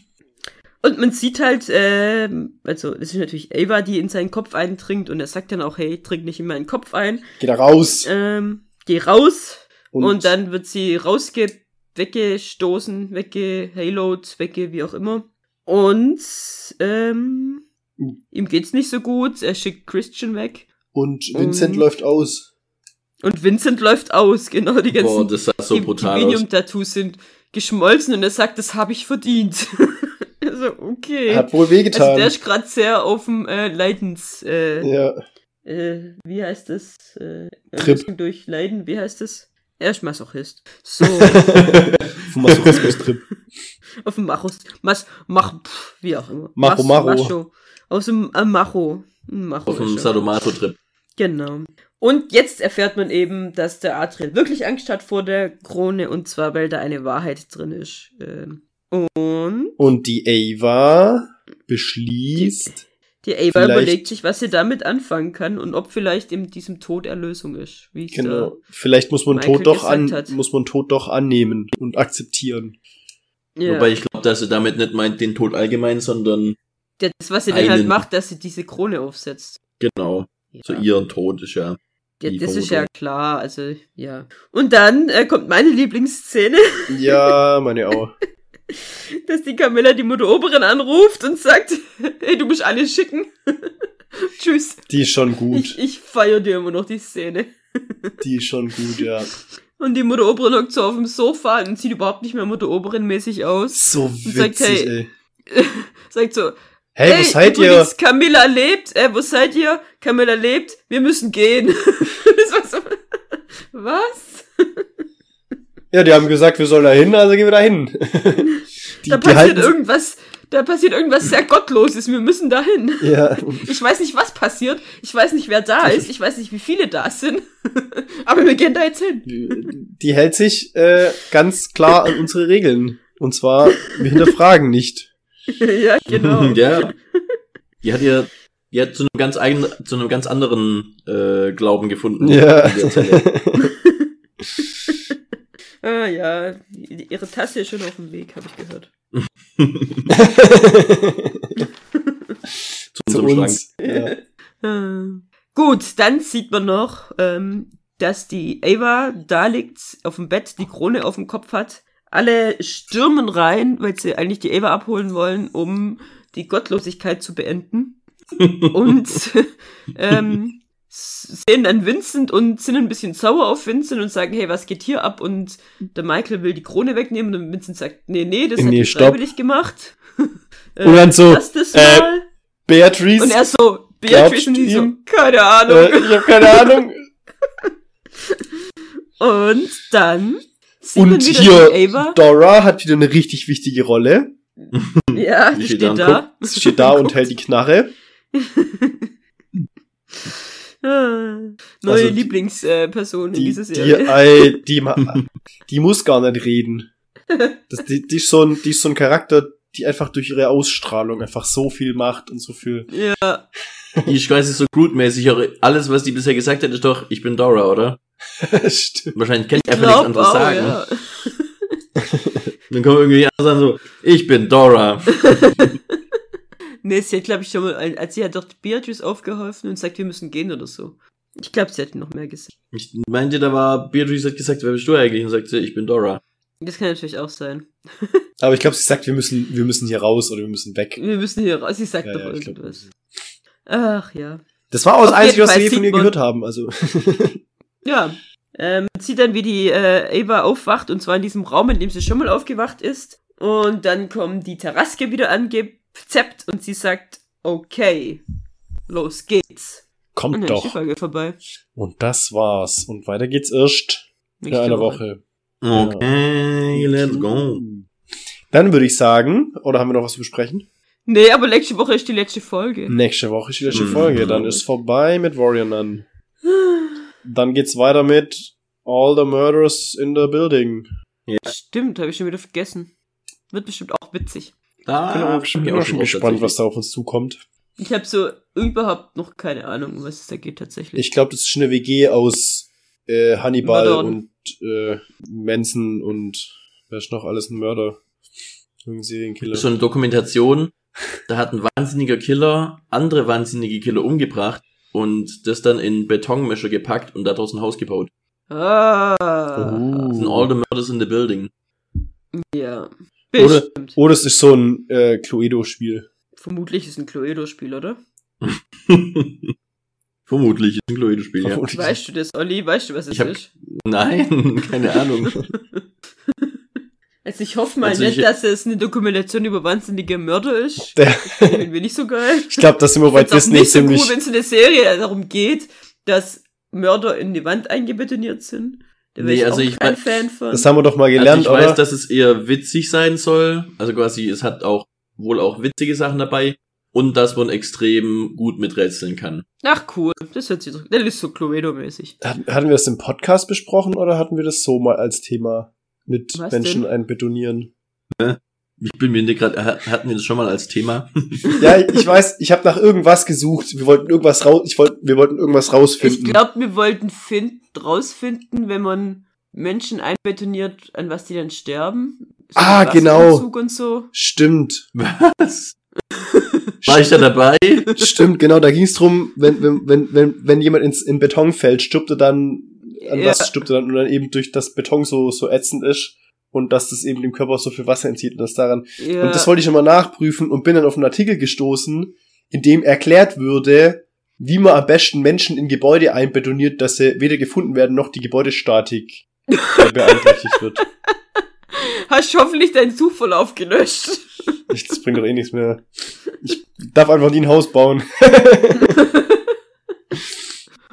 Speaker 3: Und man sieht halt, ähm, also das ist natürlich Ava, die in seinen Kopf eindringt und er sagt dann auch, hey, trink nicht in meinen Kopf ein.
Speaker 2: Geh da raus.
Speaker 3: Ähm, geh raus, Und dann wird sie rausge weggestoßen, wegge haloed, wegge wie auch immer. Und ähm,
Speaker 2: Mhm.
Speaker 3: ihm geht's nicht so gut. Er schickt Christian weg
Speaker 2: und
Speaker 3: Mhm.
Speaker 2: Vincent
Speaker 3: und-
Speaker 2: läuft aus.
Speaker 3: und Vincent läuft aus. Genau die ganzen
Speaker 1: Boah, das sah so
Speaker 3: die-
Speaker 1: brutal
Speaker 3: die
Speaker 1: aus.
Speaker 3: Medium-Tattoos sind geschmolzen und er sagt, das habe ich verdient. also okay.
Speaker 2: Hat wohl
Speaker 3: also
Speaker 2: wehgetan.
Speaker 3: der ist gerade sehr auf dem äh, Leidens äh,
Speaker 2: ja,
Speaker 3: äh, wie heißt das? Äh,
Speaker 2: Trip.
Speaker 3: Erlösung durch Leiden, wie heißt das? Er ist Masochist. So.
Speaker 2: vom Masochismus-Trip.
Speaker 3: Auf dem Machos. Mas, Mach, pf, wie auch immer.
Speaker 2: Macho,
Speaker 3: Mas-
Speaker 2: Macho.
Speaker 3: Macho. Aus dem äh, Macho. Ein Macho
Speaker 1: Auf dem
Speaker 3: ist er.
Speaker 1: Sadomaso-Trip.
Speaker 3: Genau. Und jetzt erfährt man eben, dass der Adriel wirklich Angst hat vor der Krone und zwar, weil da eine Wahrheit drin ist. Ähm, Und
Speaker 2: Und die Ava beschließt.
Speaker 3: die Ava
Speaker 2: Vielleicht-
Speaker 3: überlegt sich, was sie damit anfangen kann und ob vielleicht in diesem Tod Erlösung ist. Wie es
Speaker 2: Genau.
Speaker 3: da-
Speaker 2: Vielleicht muss man
Speaker 3: Michael
Speaker 2: Tod doch an,
Speaker 3: gesagt hat.
Speaker 2: muss man Tod doch annehmen und akzeptieren.
Speaker 3: Ja.
Speaker 1: Wobei ich glaube, dass er damit nicht meint den Tod allgemein, sondern
Speaker 3: Ja, das, was sie dann halt
Speaker 1: einen-
Speaker 3: macht, dass sie diese Krone aufsetzt.
Speaker 1: genau,
Speaker 3: Ja.
Speaker 1: so ihren Tod ist ja.
Speaker 3: ja,
Speaker 1: die
Speaker 3: das ist
Speaker 1: Vermutung.
Speaker 3: ja klar, also ja. Und dann äh, kommt meine Lieblingsszene.
Speaker 2: Ja, meine auch.
Speaker 3: dass die Camilla die Mutteroberin anruft und sagt, hey, du bist alles schicken. Tschüss.
Speaker 2: Die ist schon gut.
Speaker 3: Ich, ich feiere dir immer noch die Szene.
Speaker 2: Die ist schon gut, ja.
Speaker 3: Und die Mutteroberin hockt so auf dem Sofa und sieht überhaupt nicht mehr Mutteroberin-mäßig aus.
Speaker 2: So
Speaker 3: sagt,
Speaker 2: witzig,
Speaker 3: hey,
Speaker 2: ey.
Speaker 3: Sagt so,
Speaker 2: Hey,
Speaker 3: hey,
Speaker 2: wo seid ihr?
Speaker 3: übrigens, Camilla lebt. Äh, wo seid ihr? Camilla lebt. Wir müssen gehen. das war so, was?
Speaker 2: Ja, die haben gesagt, wir sollen da hin, also gehen wir da hin. die,
Speaker 3: da
Speaker 2: die
Speaker 3: passiert
Speaker 2: halten,
Speaker 3: irgendwas. Da passiert irgendwas sehr Gottloses. Wir müssen dahin.
Speaker 2: ja,
Speaker 3: Ich weiß nicht, was passiert. Ich weiß nicht, wer da ist. Ich weiß nicht, wie viele da sind. Aber wir gehen da jetzt hin.
Speaker 2: die hält sich äh, ganz klar an unsere Regeln. Und zwar, wir hinterfragen nicht.
Speaker 3: ja, genau.
Speaker 1: Hm, ja. Die hat ja, die hat zu einem ganz eigenen, zu einem ganz anderen äh, Glauben gefunden.
Speaker 2: Ja.
Speaker 1: In der Zelle.
Speaker 3: Ah ja, die- ihre Tasse ist schon auf dem Weg, habe ich gehört.
Speaker 1: zu unserem Schrank.
Speaker 2: Ja.
Speaker 3: Ähm, Gut, dann sieht man noch, ähm, dass die Ava da liegt, auf dem Bett, die Krone auf dem Kopf hat. Alle stürmen rein, weil sie eigentlich die Ava abholen wollen, um die Gottlosigkeit zu beenden. und ähm, s- sehen dann Vincent und sind ein bisschen sauer auf Vincent und sagen, hey, was geht hier ab? Und der Michael will die Krone wegnehmen und Vincent sagt, nee, nee, das hat
Speaker 2: Nee,
Speaker 3: er
Speaker 2: stopp.
Speaker 3: freiwillig gemacht. Äh,
Speaker 2: Und dann so,
Speaker 3: lass das
Speaker 2: äh,
Speaker 3: mal.
Speaker 2: Beatrice,
Speaker 3: Und er so,
Speaker 2: Glaubst
Speaker 3: Beatrice und die so,
Speaker 2: ihm?
Speaker 3: keine Ahnung.
Speaker 2: äh, ich habe keine Ahnung.
Speaker 3: Und dann sieht man
Speaker 2: Äh. Und
Speaker 3: wieder die
Speaker 2: hier,
Speaker 3: Ava.
Speaker 2: Dora hat wieder eine richtig wichtige Rolle.
Speaker 3: Ja, die
Speaker 1: Wie
Speaker 3: steht
Speaker 1: sie dann
Speaker 3: da.
Speaker 2: Sie steht da und hält die Knarre.
Speaker 3: Ah, Neue
Speaker 2: Also die-
Speaker 3: Lieblingsperson in
Speaker 2: Die,
Speaker 3: dieser
Speaker 2: die,
Speaker 3: Serie.
Speaker 2: ey, die, ma- die muss gar nicht reden. Das, die, die, ist so ein, die ist so ein Charakter, die einfach durch ihre Ausstrahlung einfach so viel macht und so viel.
Speaker 3: Ja.
Speaker 1: Die ist quasi so Groot-mäßig. auch Alles, was die bisher gesagt hat, ist doch, ich bin Dora, oder?
Speaker 2: Stimmt.
Speaker 1: Wahrscheinlich kann ich einfach nichts
Speaker 3: Glaub
Speaker 1: anderes
Speaker 3: auch,
Speaker 1: sagen.
Speaker 3: ja.
Speaker 1: Dann kommen irgendwie andere sagen so, ich bin Dora.
Speaker 3: Nee, sie hat, glaube ich, schon mal, als sie hat doch Beatrice aufgeholfen und sagt, wir müssen gehen oder so. Ich glaube, sie hätte noch mehr gesagt.
Speaker 1: Ich meinte, da war Beatrice hat gesagt, wer bist du eigentlich? Und sagte, ich bin Dora.
Speaker 3: Das kann natürlich auch sein.
Speaker 2: Aber ich glaube, sie sagt, wir müssen, wir müssen hier raus oder wir müssen weg.
Speaker 3: Wir müssen hier raus. Sie sagt
Speaker 2: Ja,
Speaker 3: doch
Speaker 2: ja, ich glaub,
Speaker 3: irgendwas. Ach ja.
Speaker 2: Das war auch das
Speaker 3: Auf jeden
Speaker 2: Einzige, was
Speaker 3: Fall
Speaker 2: wir je von ihr
Speaker 3: sieht man-
Speaker 2: gehört haben. Also,
Speaker 3: Ja. Ähm, man sieht dann, wie die äh, Ava aufwacht und zwar in diesem Raum, in dem sie schon mal aufgewacht ist. Und dann kommen die Taraske wieder angezeppt und sie sagt, okay, los geht's. Und
Speaker 2: kommt
Speaker 3: dann ist die
Speaker 2: doch.
Speaker 3: Folge vorbei.
Speaker 2: Und das war's. Und weiter geht's erst in
Speaker 3: Nächste
Speaker 2: einer Woche.
Speaker 1: Okay, let's go.
Speaker 2: Dann würde ich sagen, oder haben wir noch was zu besprechen?
Speaker 3: Nee, aber nächste Woche ist die letzte Folge.
Speaker 2: Nächste Woche ist die letzte
Speaker 1: Mhm.
Speaker 2: Folge. Dann ist vorbei mit Warrior Nun. Dann geht's weiter mit All the Murders in the Building.
Speaker 3: Stimmt, habe ich schon wieder vergessen. Wird bestimmt auch witzig.
Speaker 1: Da
Speaker 2: Bin auch schon, bin auch schon
Speaker 1: drauf,
Speaker 2: gespannt, was
Speaker 1: tatsächlich.
Speaker 2: da auf uns zukommt.
Speaker 3: Ich habe so überhaupt noch keine Ahnung, um was es da geht tatsächlich.
Speaker 2: Ich glaube, das ist eine WG aus äh, Hannibal
Speaker 3: Mördern.
Speaker 2: und äh, Manson und wer ist noch alles ein Mörder? Irgendein Serienkiller.
Speaker 1: so eine Dokumentation. Da hat ein wahnsinniger Killer andere wahnsinnige Killer umgebracht und das dann in Betonmischer gepackt und daraus ein Haus gebaut.
Speaker 3: ah,
Speaker 1: Das
Speaker 2: Uh.
Speaker 1: sind all the murders in the building.
Speaker 3: ja.
Speaker 2: Oh. Oder-
Speaker 3: Bestimmt.
Speaker 2: Oder es Oh, ist so ein äh, Cluedo-Spiel.
Speaker 3: Vermutlich ist ein Cluedo-Spiel, oder?
Speaker 1: Vermutlich ist ein Cluedo-Spiel, ja.
Speaker 2: Vermutlich.
Speaker 3: Weißt du das, Olli? Weißt du, was es
Speaker 1: Ich hab-
Speaker 3: ist?
Speaker 1: Nein, keine Ahnung.
Speaker 3: Also ich hoffe mal
Speaker 1: Also
Speaker 3: nicht,
Speaker 1: ich-
Speaker 3: dass es eine Dokumentation über wahnsinnige Mörder ist.
Speaker 2: Der-
Speaker 3: Das finden wir nicht so geil.
Speaker 2: Ich glaube, das sind wir bei
Speaker 3: Find's auch
Speaker 2: Disney
Speaker 3: nicht so
Speaker 2: ziemlich.
Speaker 3: cool, wenn es in der Serie darum geht, dass Mörder in die Wand eingebetoniert sind. Da bin
Speaker 1: Nee,
Speaker 3: ich
Speaker 1: also
Speaker 3: auch
Speaker 1: ich
Speaker 3: kein
Speaker 1: wei-
Speaker 3: Fan von.
Speaker 2: das haben wir doch mal gelernt,
Speaker 1: also ich weiß,
Speaker 2: oder?
Speaker 1: dass es eher witzig sein soll. Also quasi, es hat auch wohl auch witzige Sachen dabei und dass man extrem gut miträtseln kann.
Speaker 3: Ach cool, das hört sich doch. Das ist so Cluedo-mäßig.
Speaker 2: Hat- Hatten wir das im Podcast besprochen oder hatten wir das so mal als Thema mit
Speaker 3: Was
Speaker 2: Menschen
Speaker 3: denn?
Speaker 2: einbetonieren?
Speaker 1: Ich bin mir nicht gerade, ha- hatten wir das schon mal als Thema?
Speaker 2: Ja, ich weiß, ich habe nach irgendwas gesucht. Wir wollten irgendwas raus, ich wollte, wir wollten irgendwas rausfinden.
Speaker 3: Ich glaube, wir wollten find, rausfinden, wenn man Menschen einbetoniert, an was die dann sterben. So
Speaker 2: Ah,
Speaker 3: mit
Speaker 2: genau.
Speaker 3: Wasserentzug Und so.
Speaker 2: Stimmt.
Speaker 1: Was? War ich da dabei?
Speaker 2: Stimmt, genau, da ging es drum, wenn, wenn, wenn, wenn, wenn jemand ins, in Beton fällt, stirbt er dann, an
Speaker 3: Ja.
Speaker 2: was stirbt er dann? Und dann eben durch das Beton so, so ätzend ist und dass das eben dem Körper so viel Wasser entzieht und das daran.
Speaker 3: Ja.
Speaker 2: Und das wollte ich nochmal nachprüfen und bin dann auf einen Artikel gestoßen, in dem erklärt würde, wie man am besten Menschen in Gebäude einbetoniert, dass sie weder gefunden werden, noch die Gebäudestatik äh, beeinträchtigt wird.
Speaker 3: Hast hoffentlich deinen Suchverlauf gelöscht.
Speaker 2: Ich, das bringt doch eh nichts mehr. Ich darf einfach nie ein Haus bauen.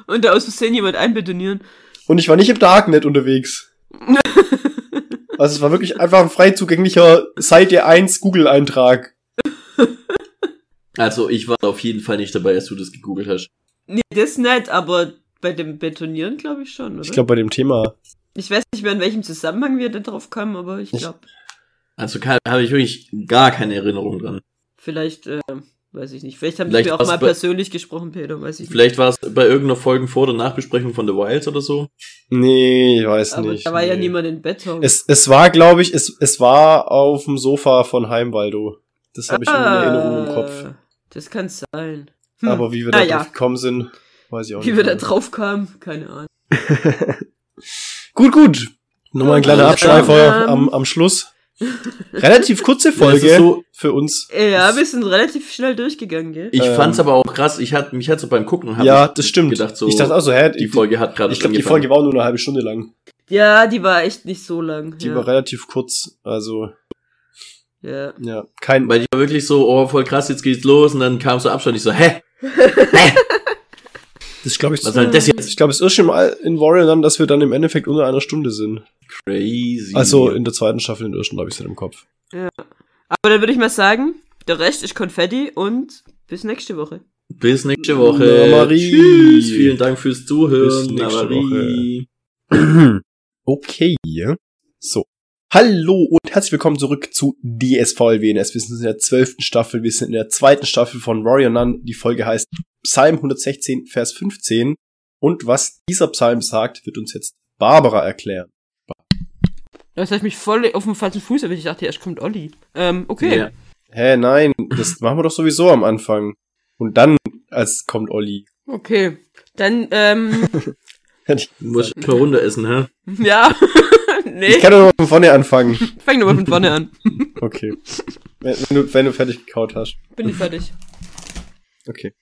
Speaker 3: Und da aus Versehen jemand einbetonieren.
Speaker 2: Und ich war nicht im Darknet unterwegs. Also es war wirklich einfach ein frei zugänglicher Seite 1 Google-Eintrag.
Speaker 1: Also ich war auf jeden Fall nicht dabei, als du das gegoogelt hast.
Speaker 3: Nee, das nicht, aber bei dem Betonieren glaube ich schon, oder?
Speaker 2: Ich glaube bei dem Thema.
Speaker 3: ich weiß nicht mehr, in welchem Zusammenhang wir da drauf kamen, aber ich
Speaker 2: Ich-
Speaker 3: glaube,
Speaker 1: Also kann- habe ich wirklich gar keine Erinnerung dran.
Speaker 3: vielleicht, äh, weiß ich nicht. Vielleicht haben
Speaker 1: Vielleicht
Speaker 3: wir auch
Speaker 1: war's
Speaker 3: mal
Speaker 1: bei-
Speaker 3: persönlich gesprochen, Peter, weiß ich
Speaker 1: Vielleicht war es bei irgendeiner Folgen vor oder Nachbesprechung von The Wilds oder so.
Speaker 2: Nee, ich weiß
Speaker 3: nicht. Aber
Speaker 2: nicht.
Speaker 3: da war ja
Speaker 2: nee.
Speaker 3: niemand in Beton.
Speaker 2: Es, es war, glaube ich, es, es war auf dem Sofa von Heimwaldo. Das habe ich in Erinnerung im Kopf.
Speaker 3: Ah, Das kann sein. Hm.
Speaker 2: Aber wie wir da
Speaker 3: Na
Speaker 2: drauf
Speaker 3: ja.
Speaker 2: gekommen sind, weiß ich auch
Speaker 3: Wie
Speaker 2: nicht.
Speaker 3: wir da
Speaker 2: mehr.
Speaker 3: drauf kamen, keine Ahnung.
Speaker 2: Gut, gut. Nochmal ein kleiner
Speaker 1: Ja,
Speaker 2: Abschweifer
Speaker 3: ähm.
Speaker 2: am, am Schluss. Relativ kurze
Speaker 1: Es
Speaker 2: Folge
Speaker 1: ist so,
Speaker 2: für uns.
Speaker 3: Äh, Ja, wir sind relativ schnell durchgegangen, gell?
Speaker 1: ich
Speaker 2: Ähm.
Speaker 1: fand's aber auch krass. Ich hatte mich hat so beim Gucken hab
Speaker 2: Ja,
Speaker 1: ich
Speaker 2: das stimmt.
Speaker 1: Gedacht, so,
Speaker 2: ich dachte auch so, hä,
Speaker 1: die Folge hat gerade
Speaker 2: Ich glaube, die Folge war nur eine halbe Stunde lang.
Speaker 3: Ja, die war echt nicht so lang.
Speaker 2: Die
Speaker 3: ja.
Speaker 2: war relativ kurz. Also,
Speaker 3: ja.
Speaker 2: ja, kein.
Speaker 1: Weil ich war wirklich so, oh, voll krass, jetzt geht's los. Und dann kam so Abstand. Ich so, hä?
Speaker 2: Das glaube ich,
Speaker 1: Was soll das jetzt?
Speaker 2: ich glaube, es ist schon mal in Warrior dann, dass wir dann im Endeffekt unter einer Stunde sind.
Speaker 1: Crazy.
Speaker 2: Also in der zweiten Staffel in der ersten, glaube ich, sind im Kopf.
Speaker 3: Aber dann würde ich mal sagen, der Rest ist Konfetti und bis nächste Woche.
Speaker 1: bis nächste Woche.
Speaker 2: Na, Marie.
Speaker 1: Tschüss. Vielen Dank fürs Zuhören.
Speaker 2: Bis nächste
Speaker 1: Na, Marie.
Speaker 2: Okay. So. Hallo und herzlich willkommen zurück zu DSVLWNS. Wir sind in der zwölften Staffel, wir sind in der zweiten Staffel von Warrior Nun. Die Folge heißt Psalm 116, Vers 15. Und was dieser Psalm sagt, wird uns jetzt Barbara erklären.
Speaker 3: Das hat mich voll auf dem falschen Fuß erwischt. Ich dachte, erst kommt Olli. Ähm, okay.
Speaker 1: Ja.
Speaker 2: Hä, nein, das machen wir doch sowieso am Anfang. Und dann, als kommt Olli.
Speaker 3: Okay. Dann, ähm,
Speaker 1: Du musst mal runter essen, hä?
Speaker 3: ja. nee.
Speaker 2: Ich kann doch noch von vorne anfangen.
Speaker 3: Fang nochmal von vorne an.
Speaker 2: Okay. Wenn, wenn, du, wenn du fertig gekaut hast.
Speaker 3: Bin ich fertig.
Speaker 2: Okay.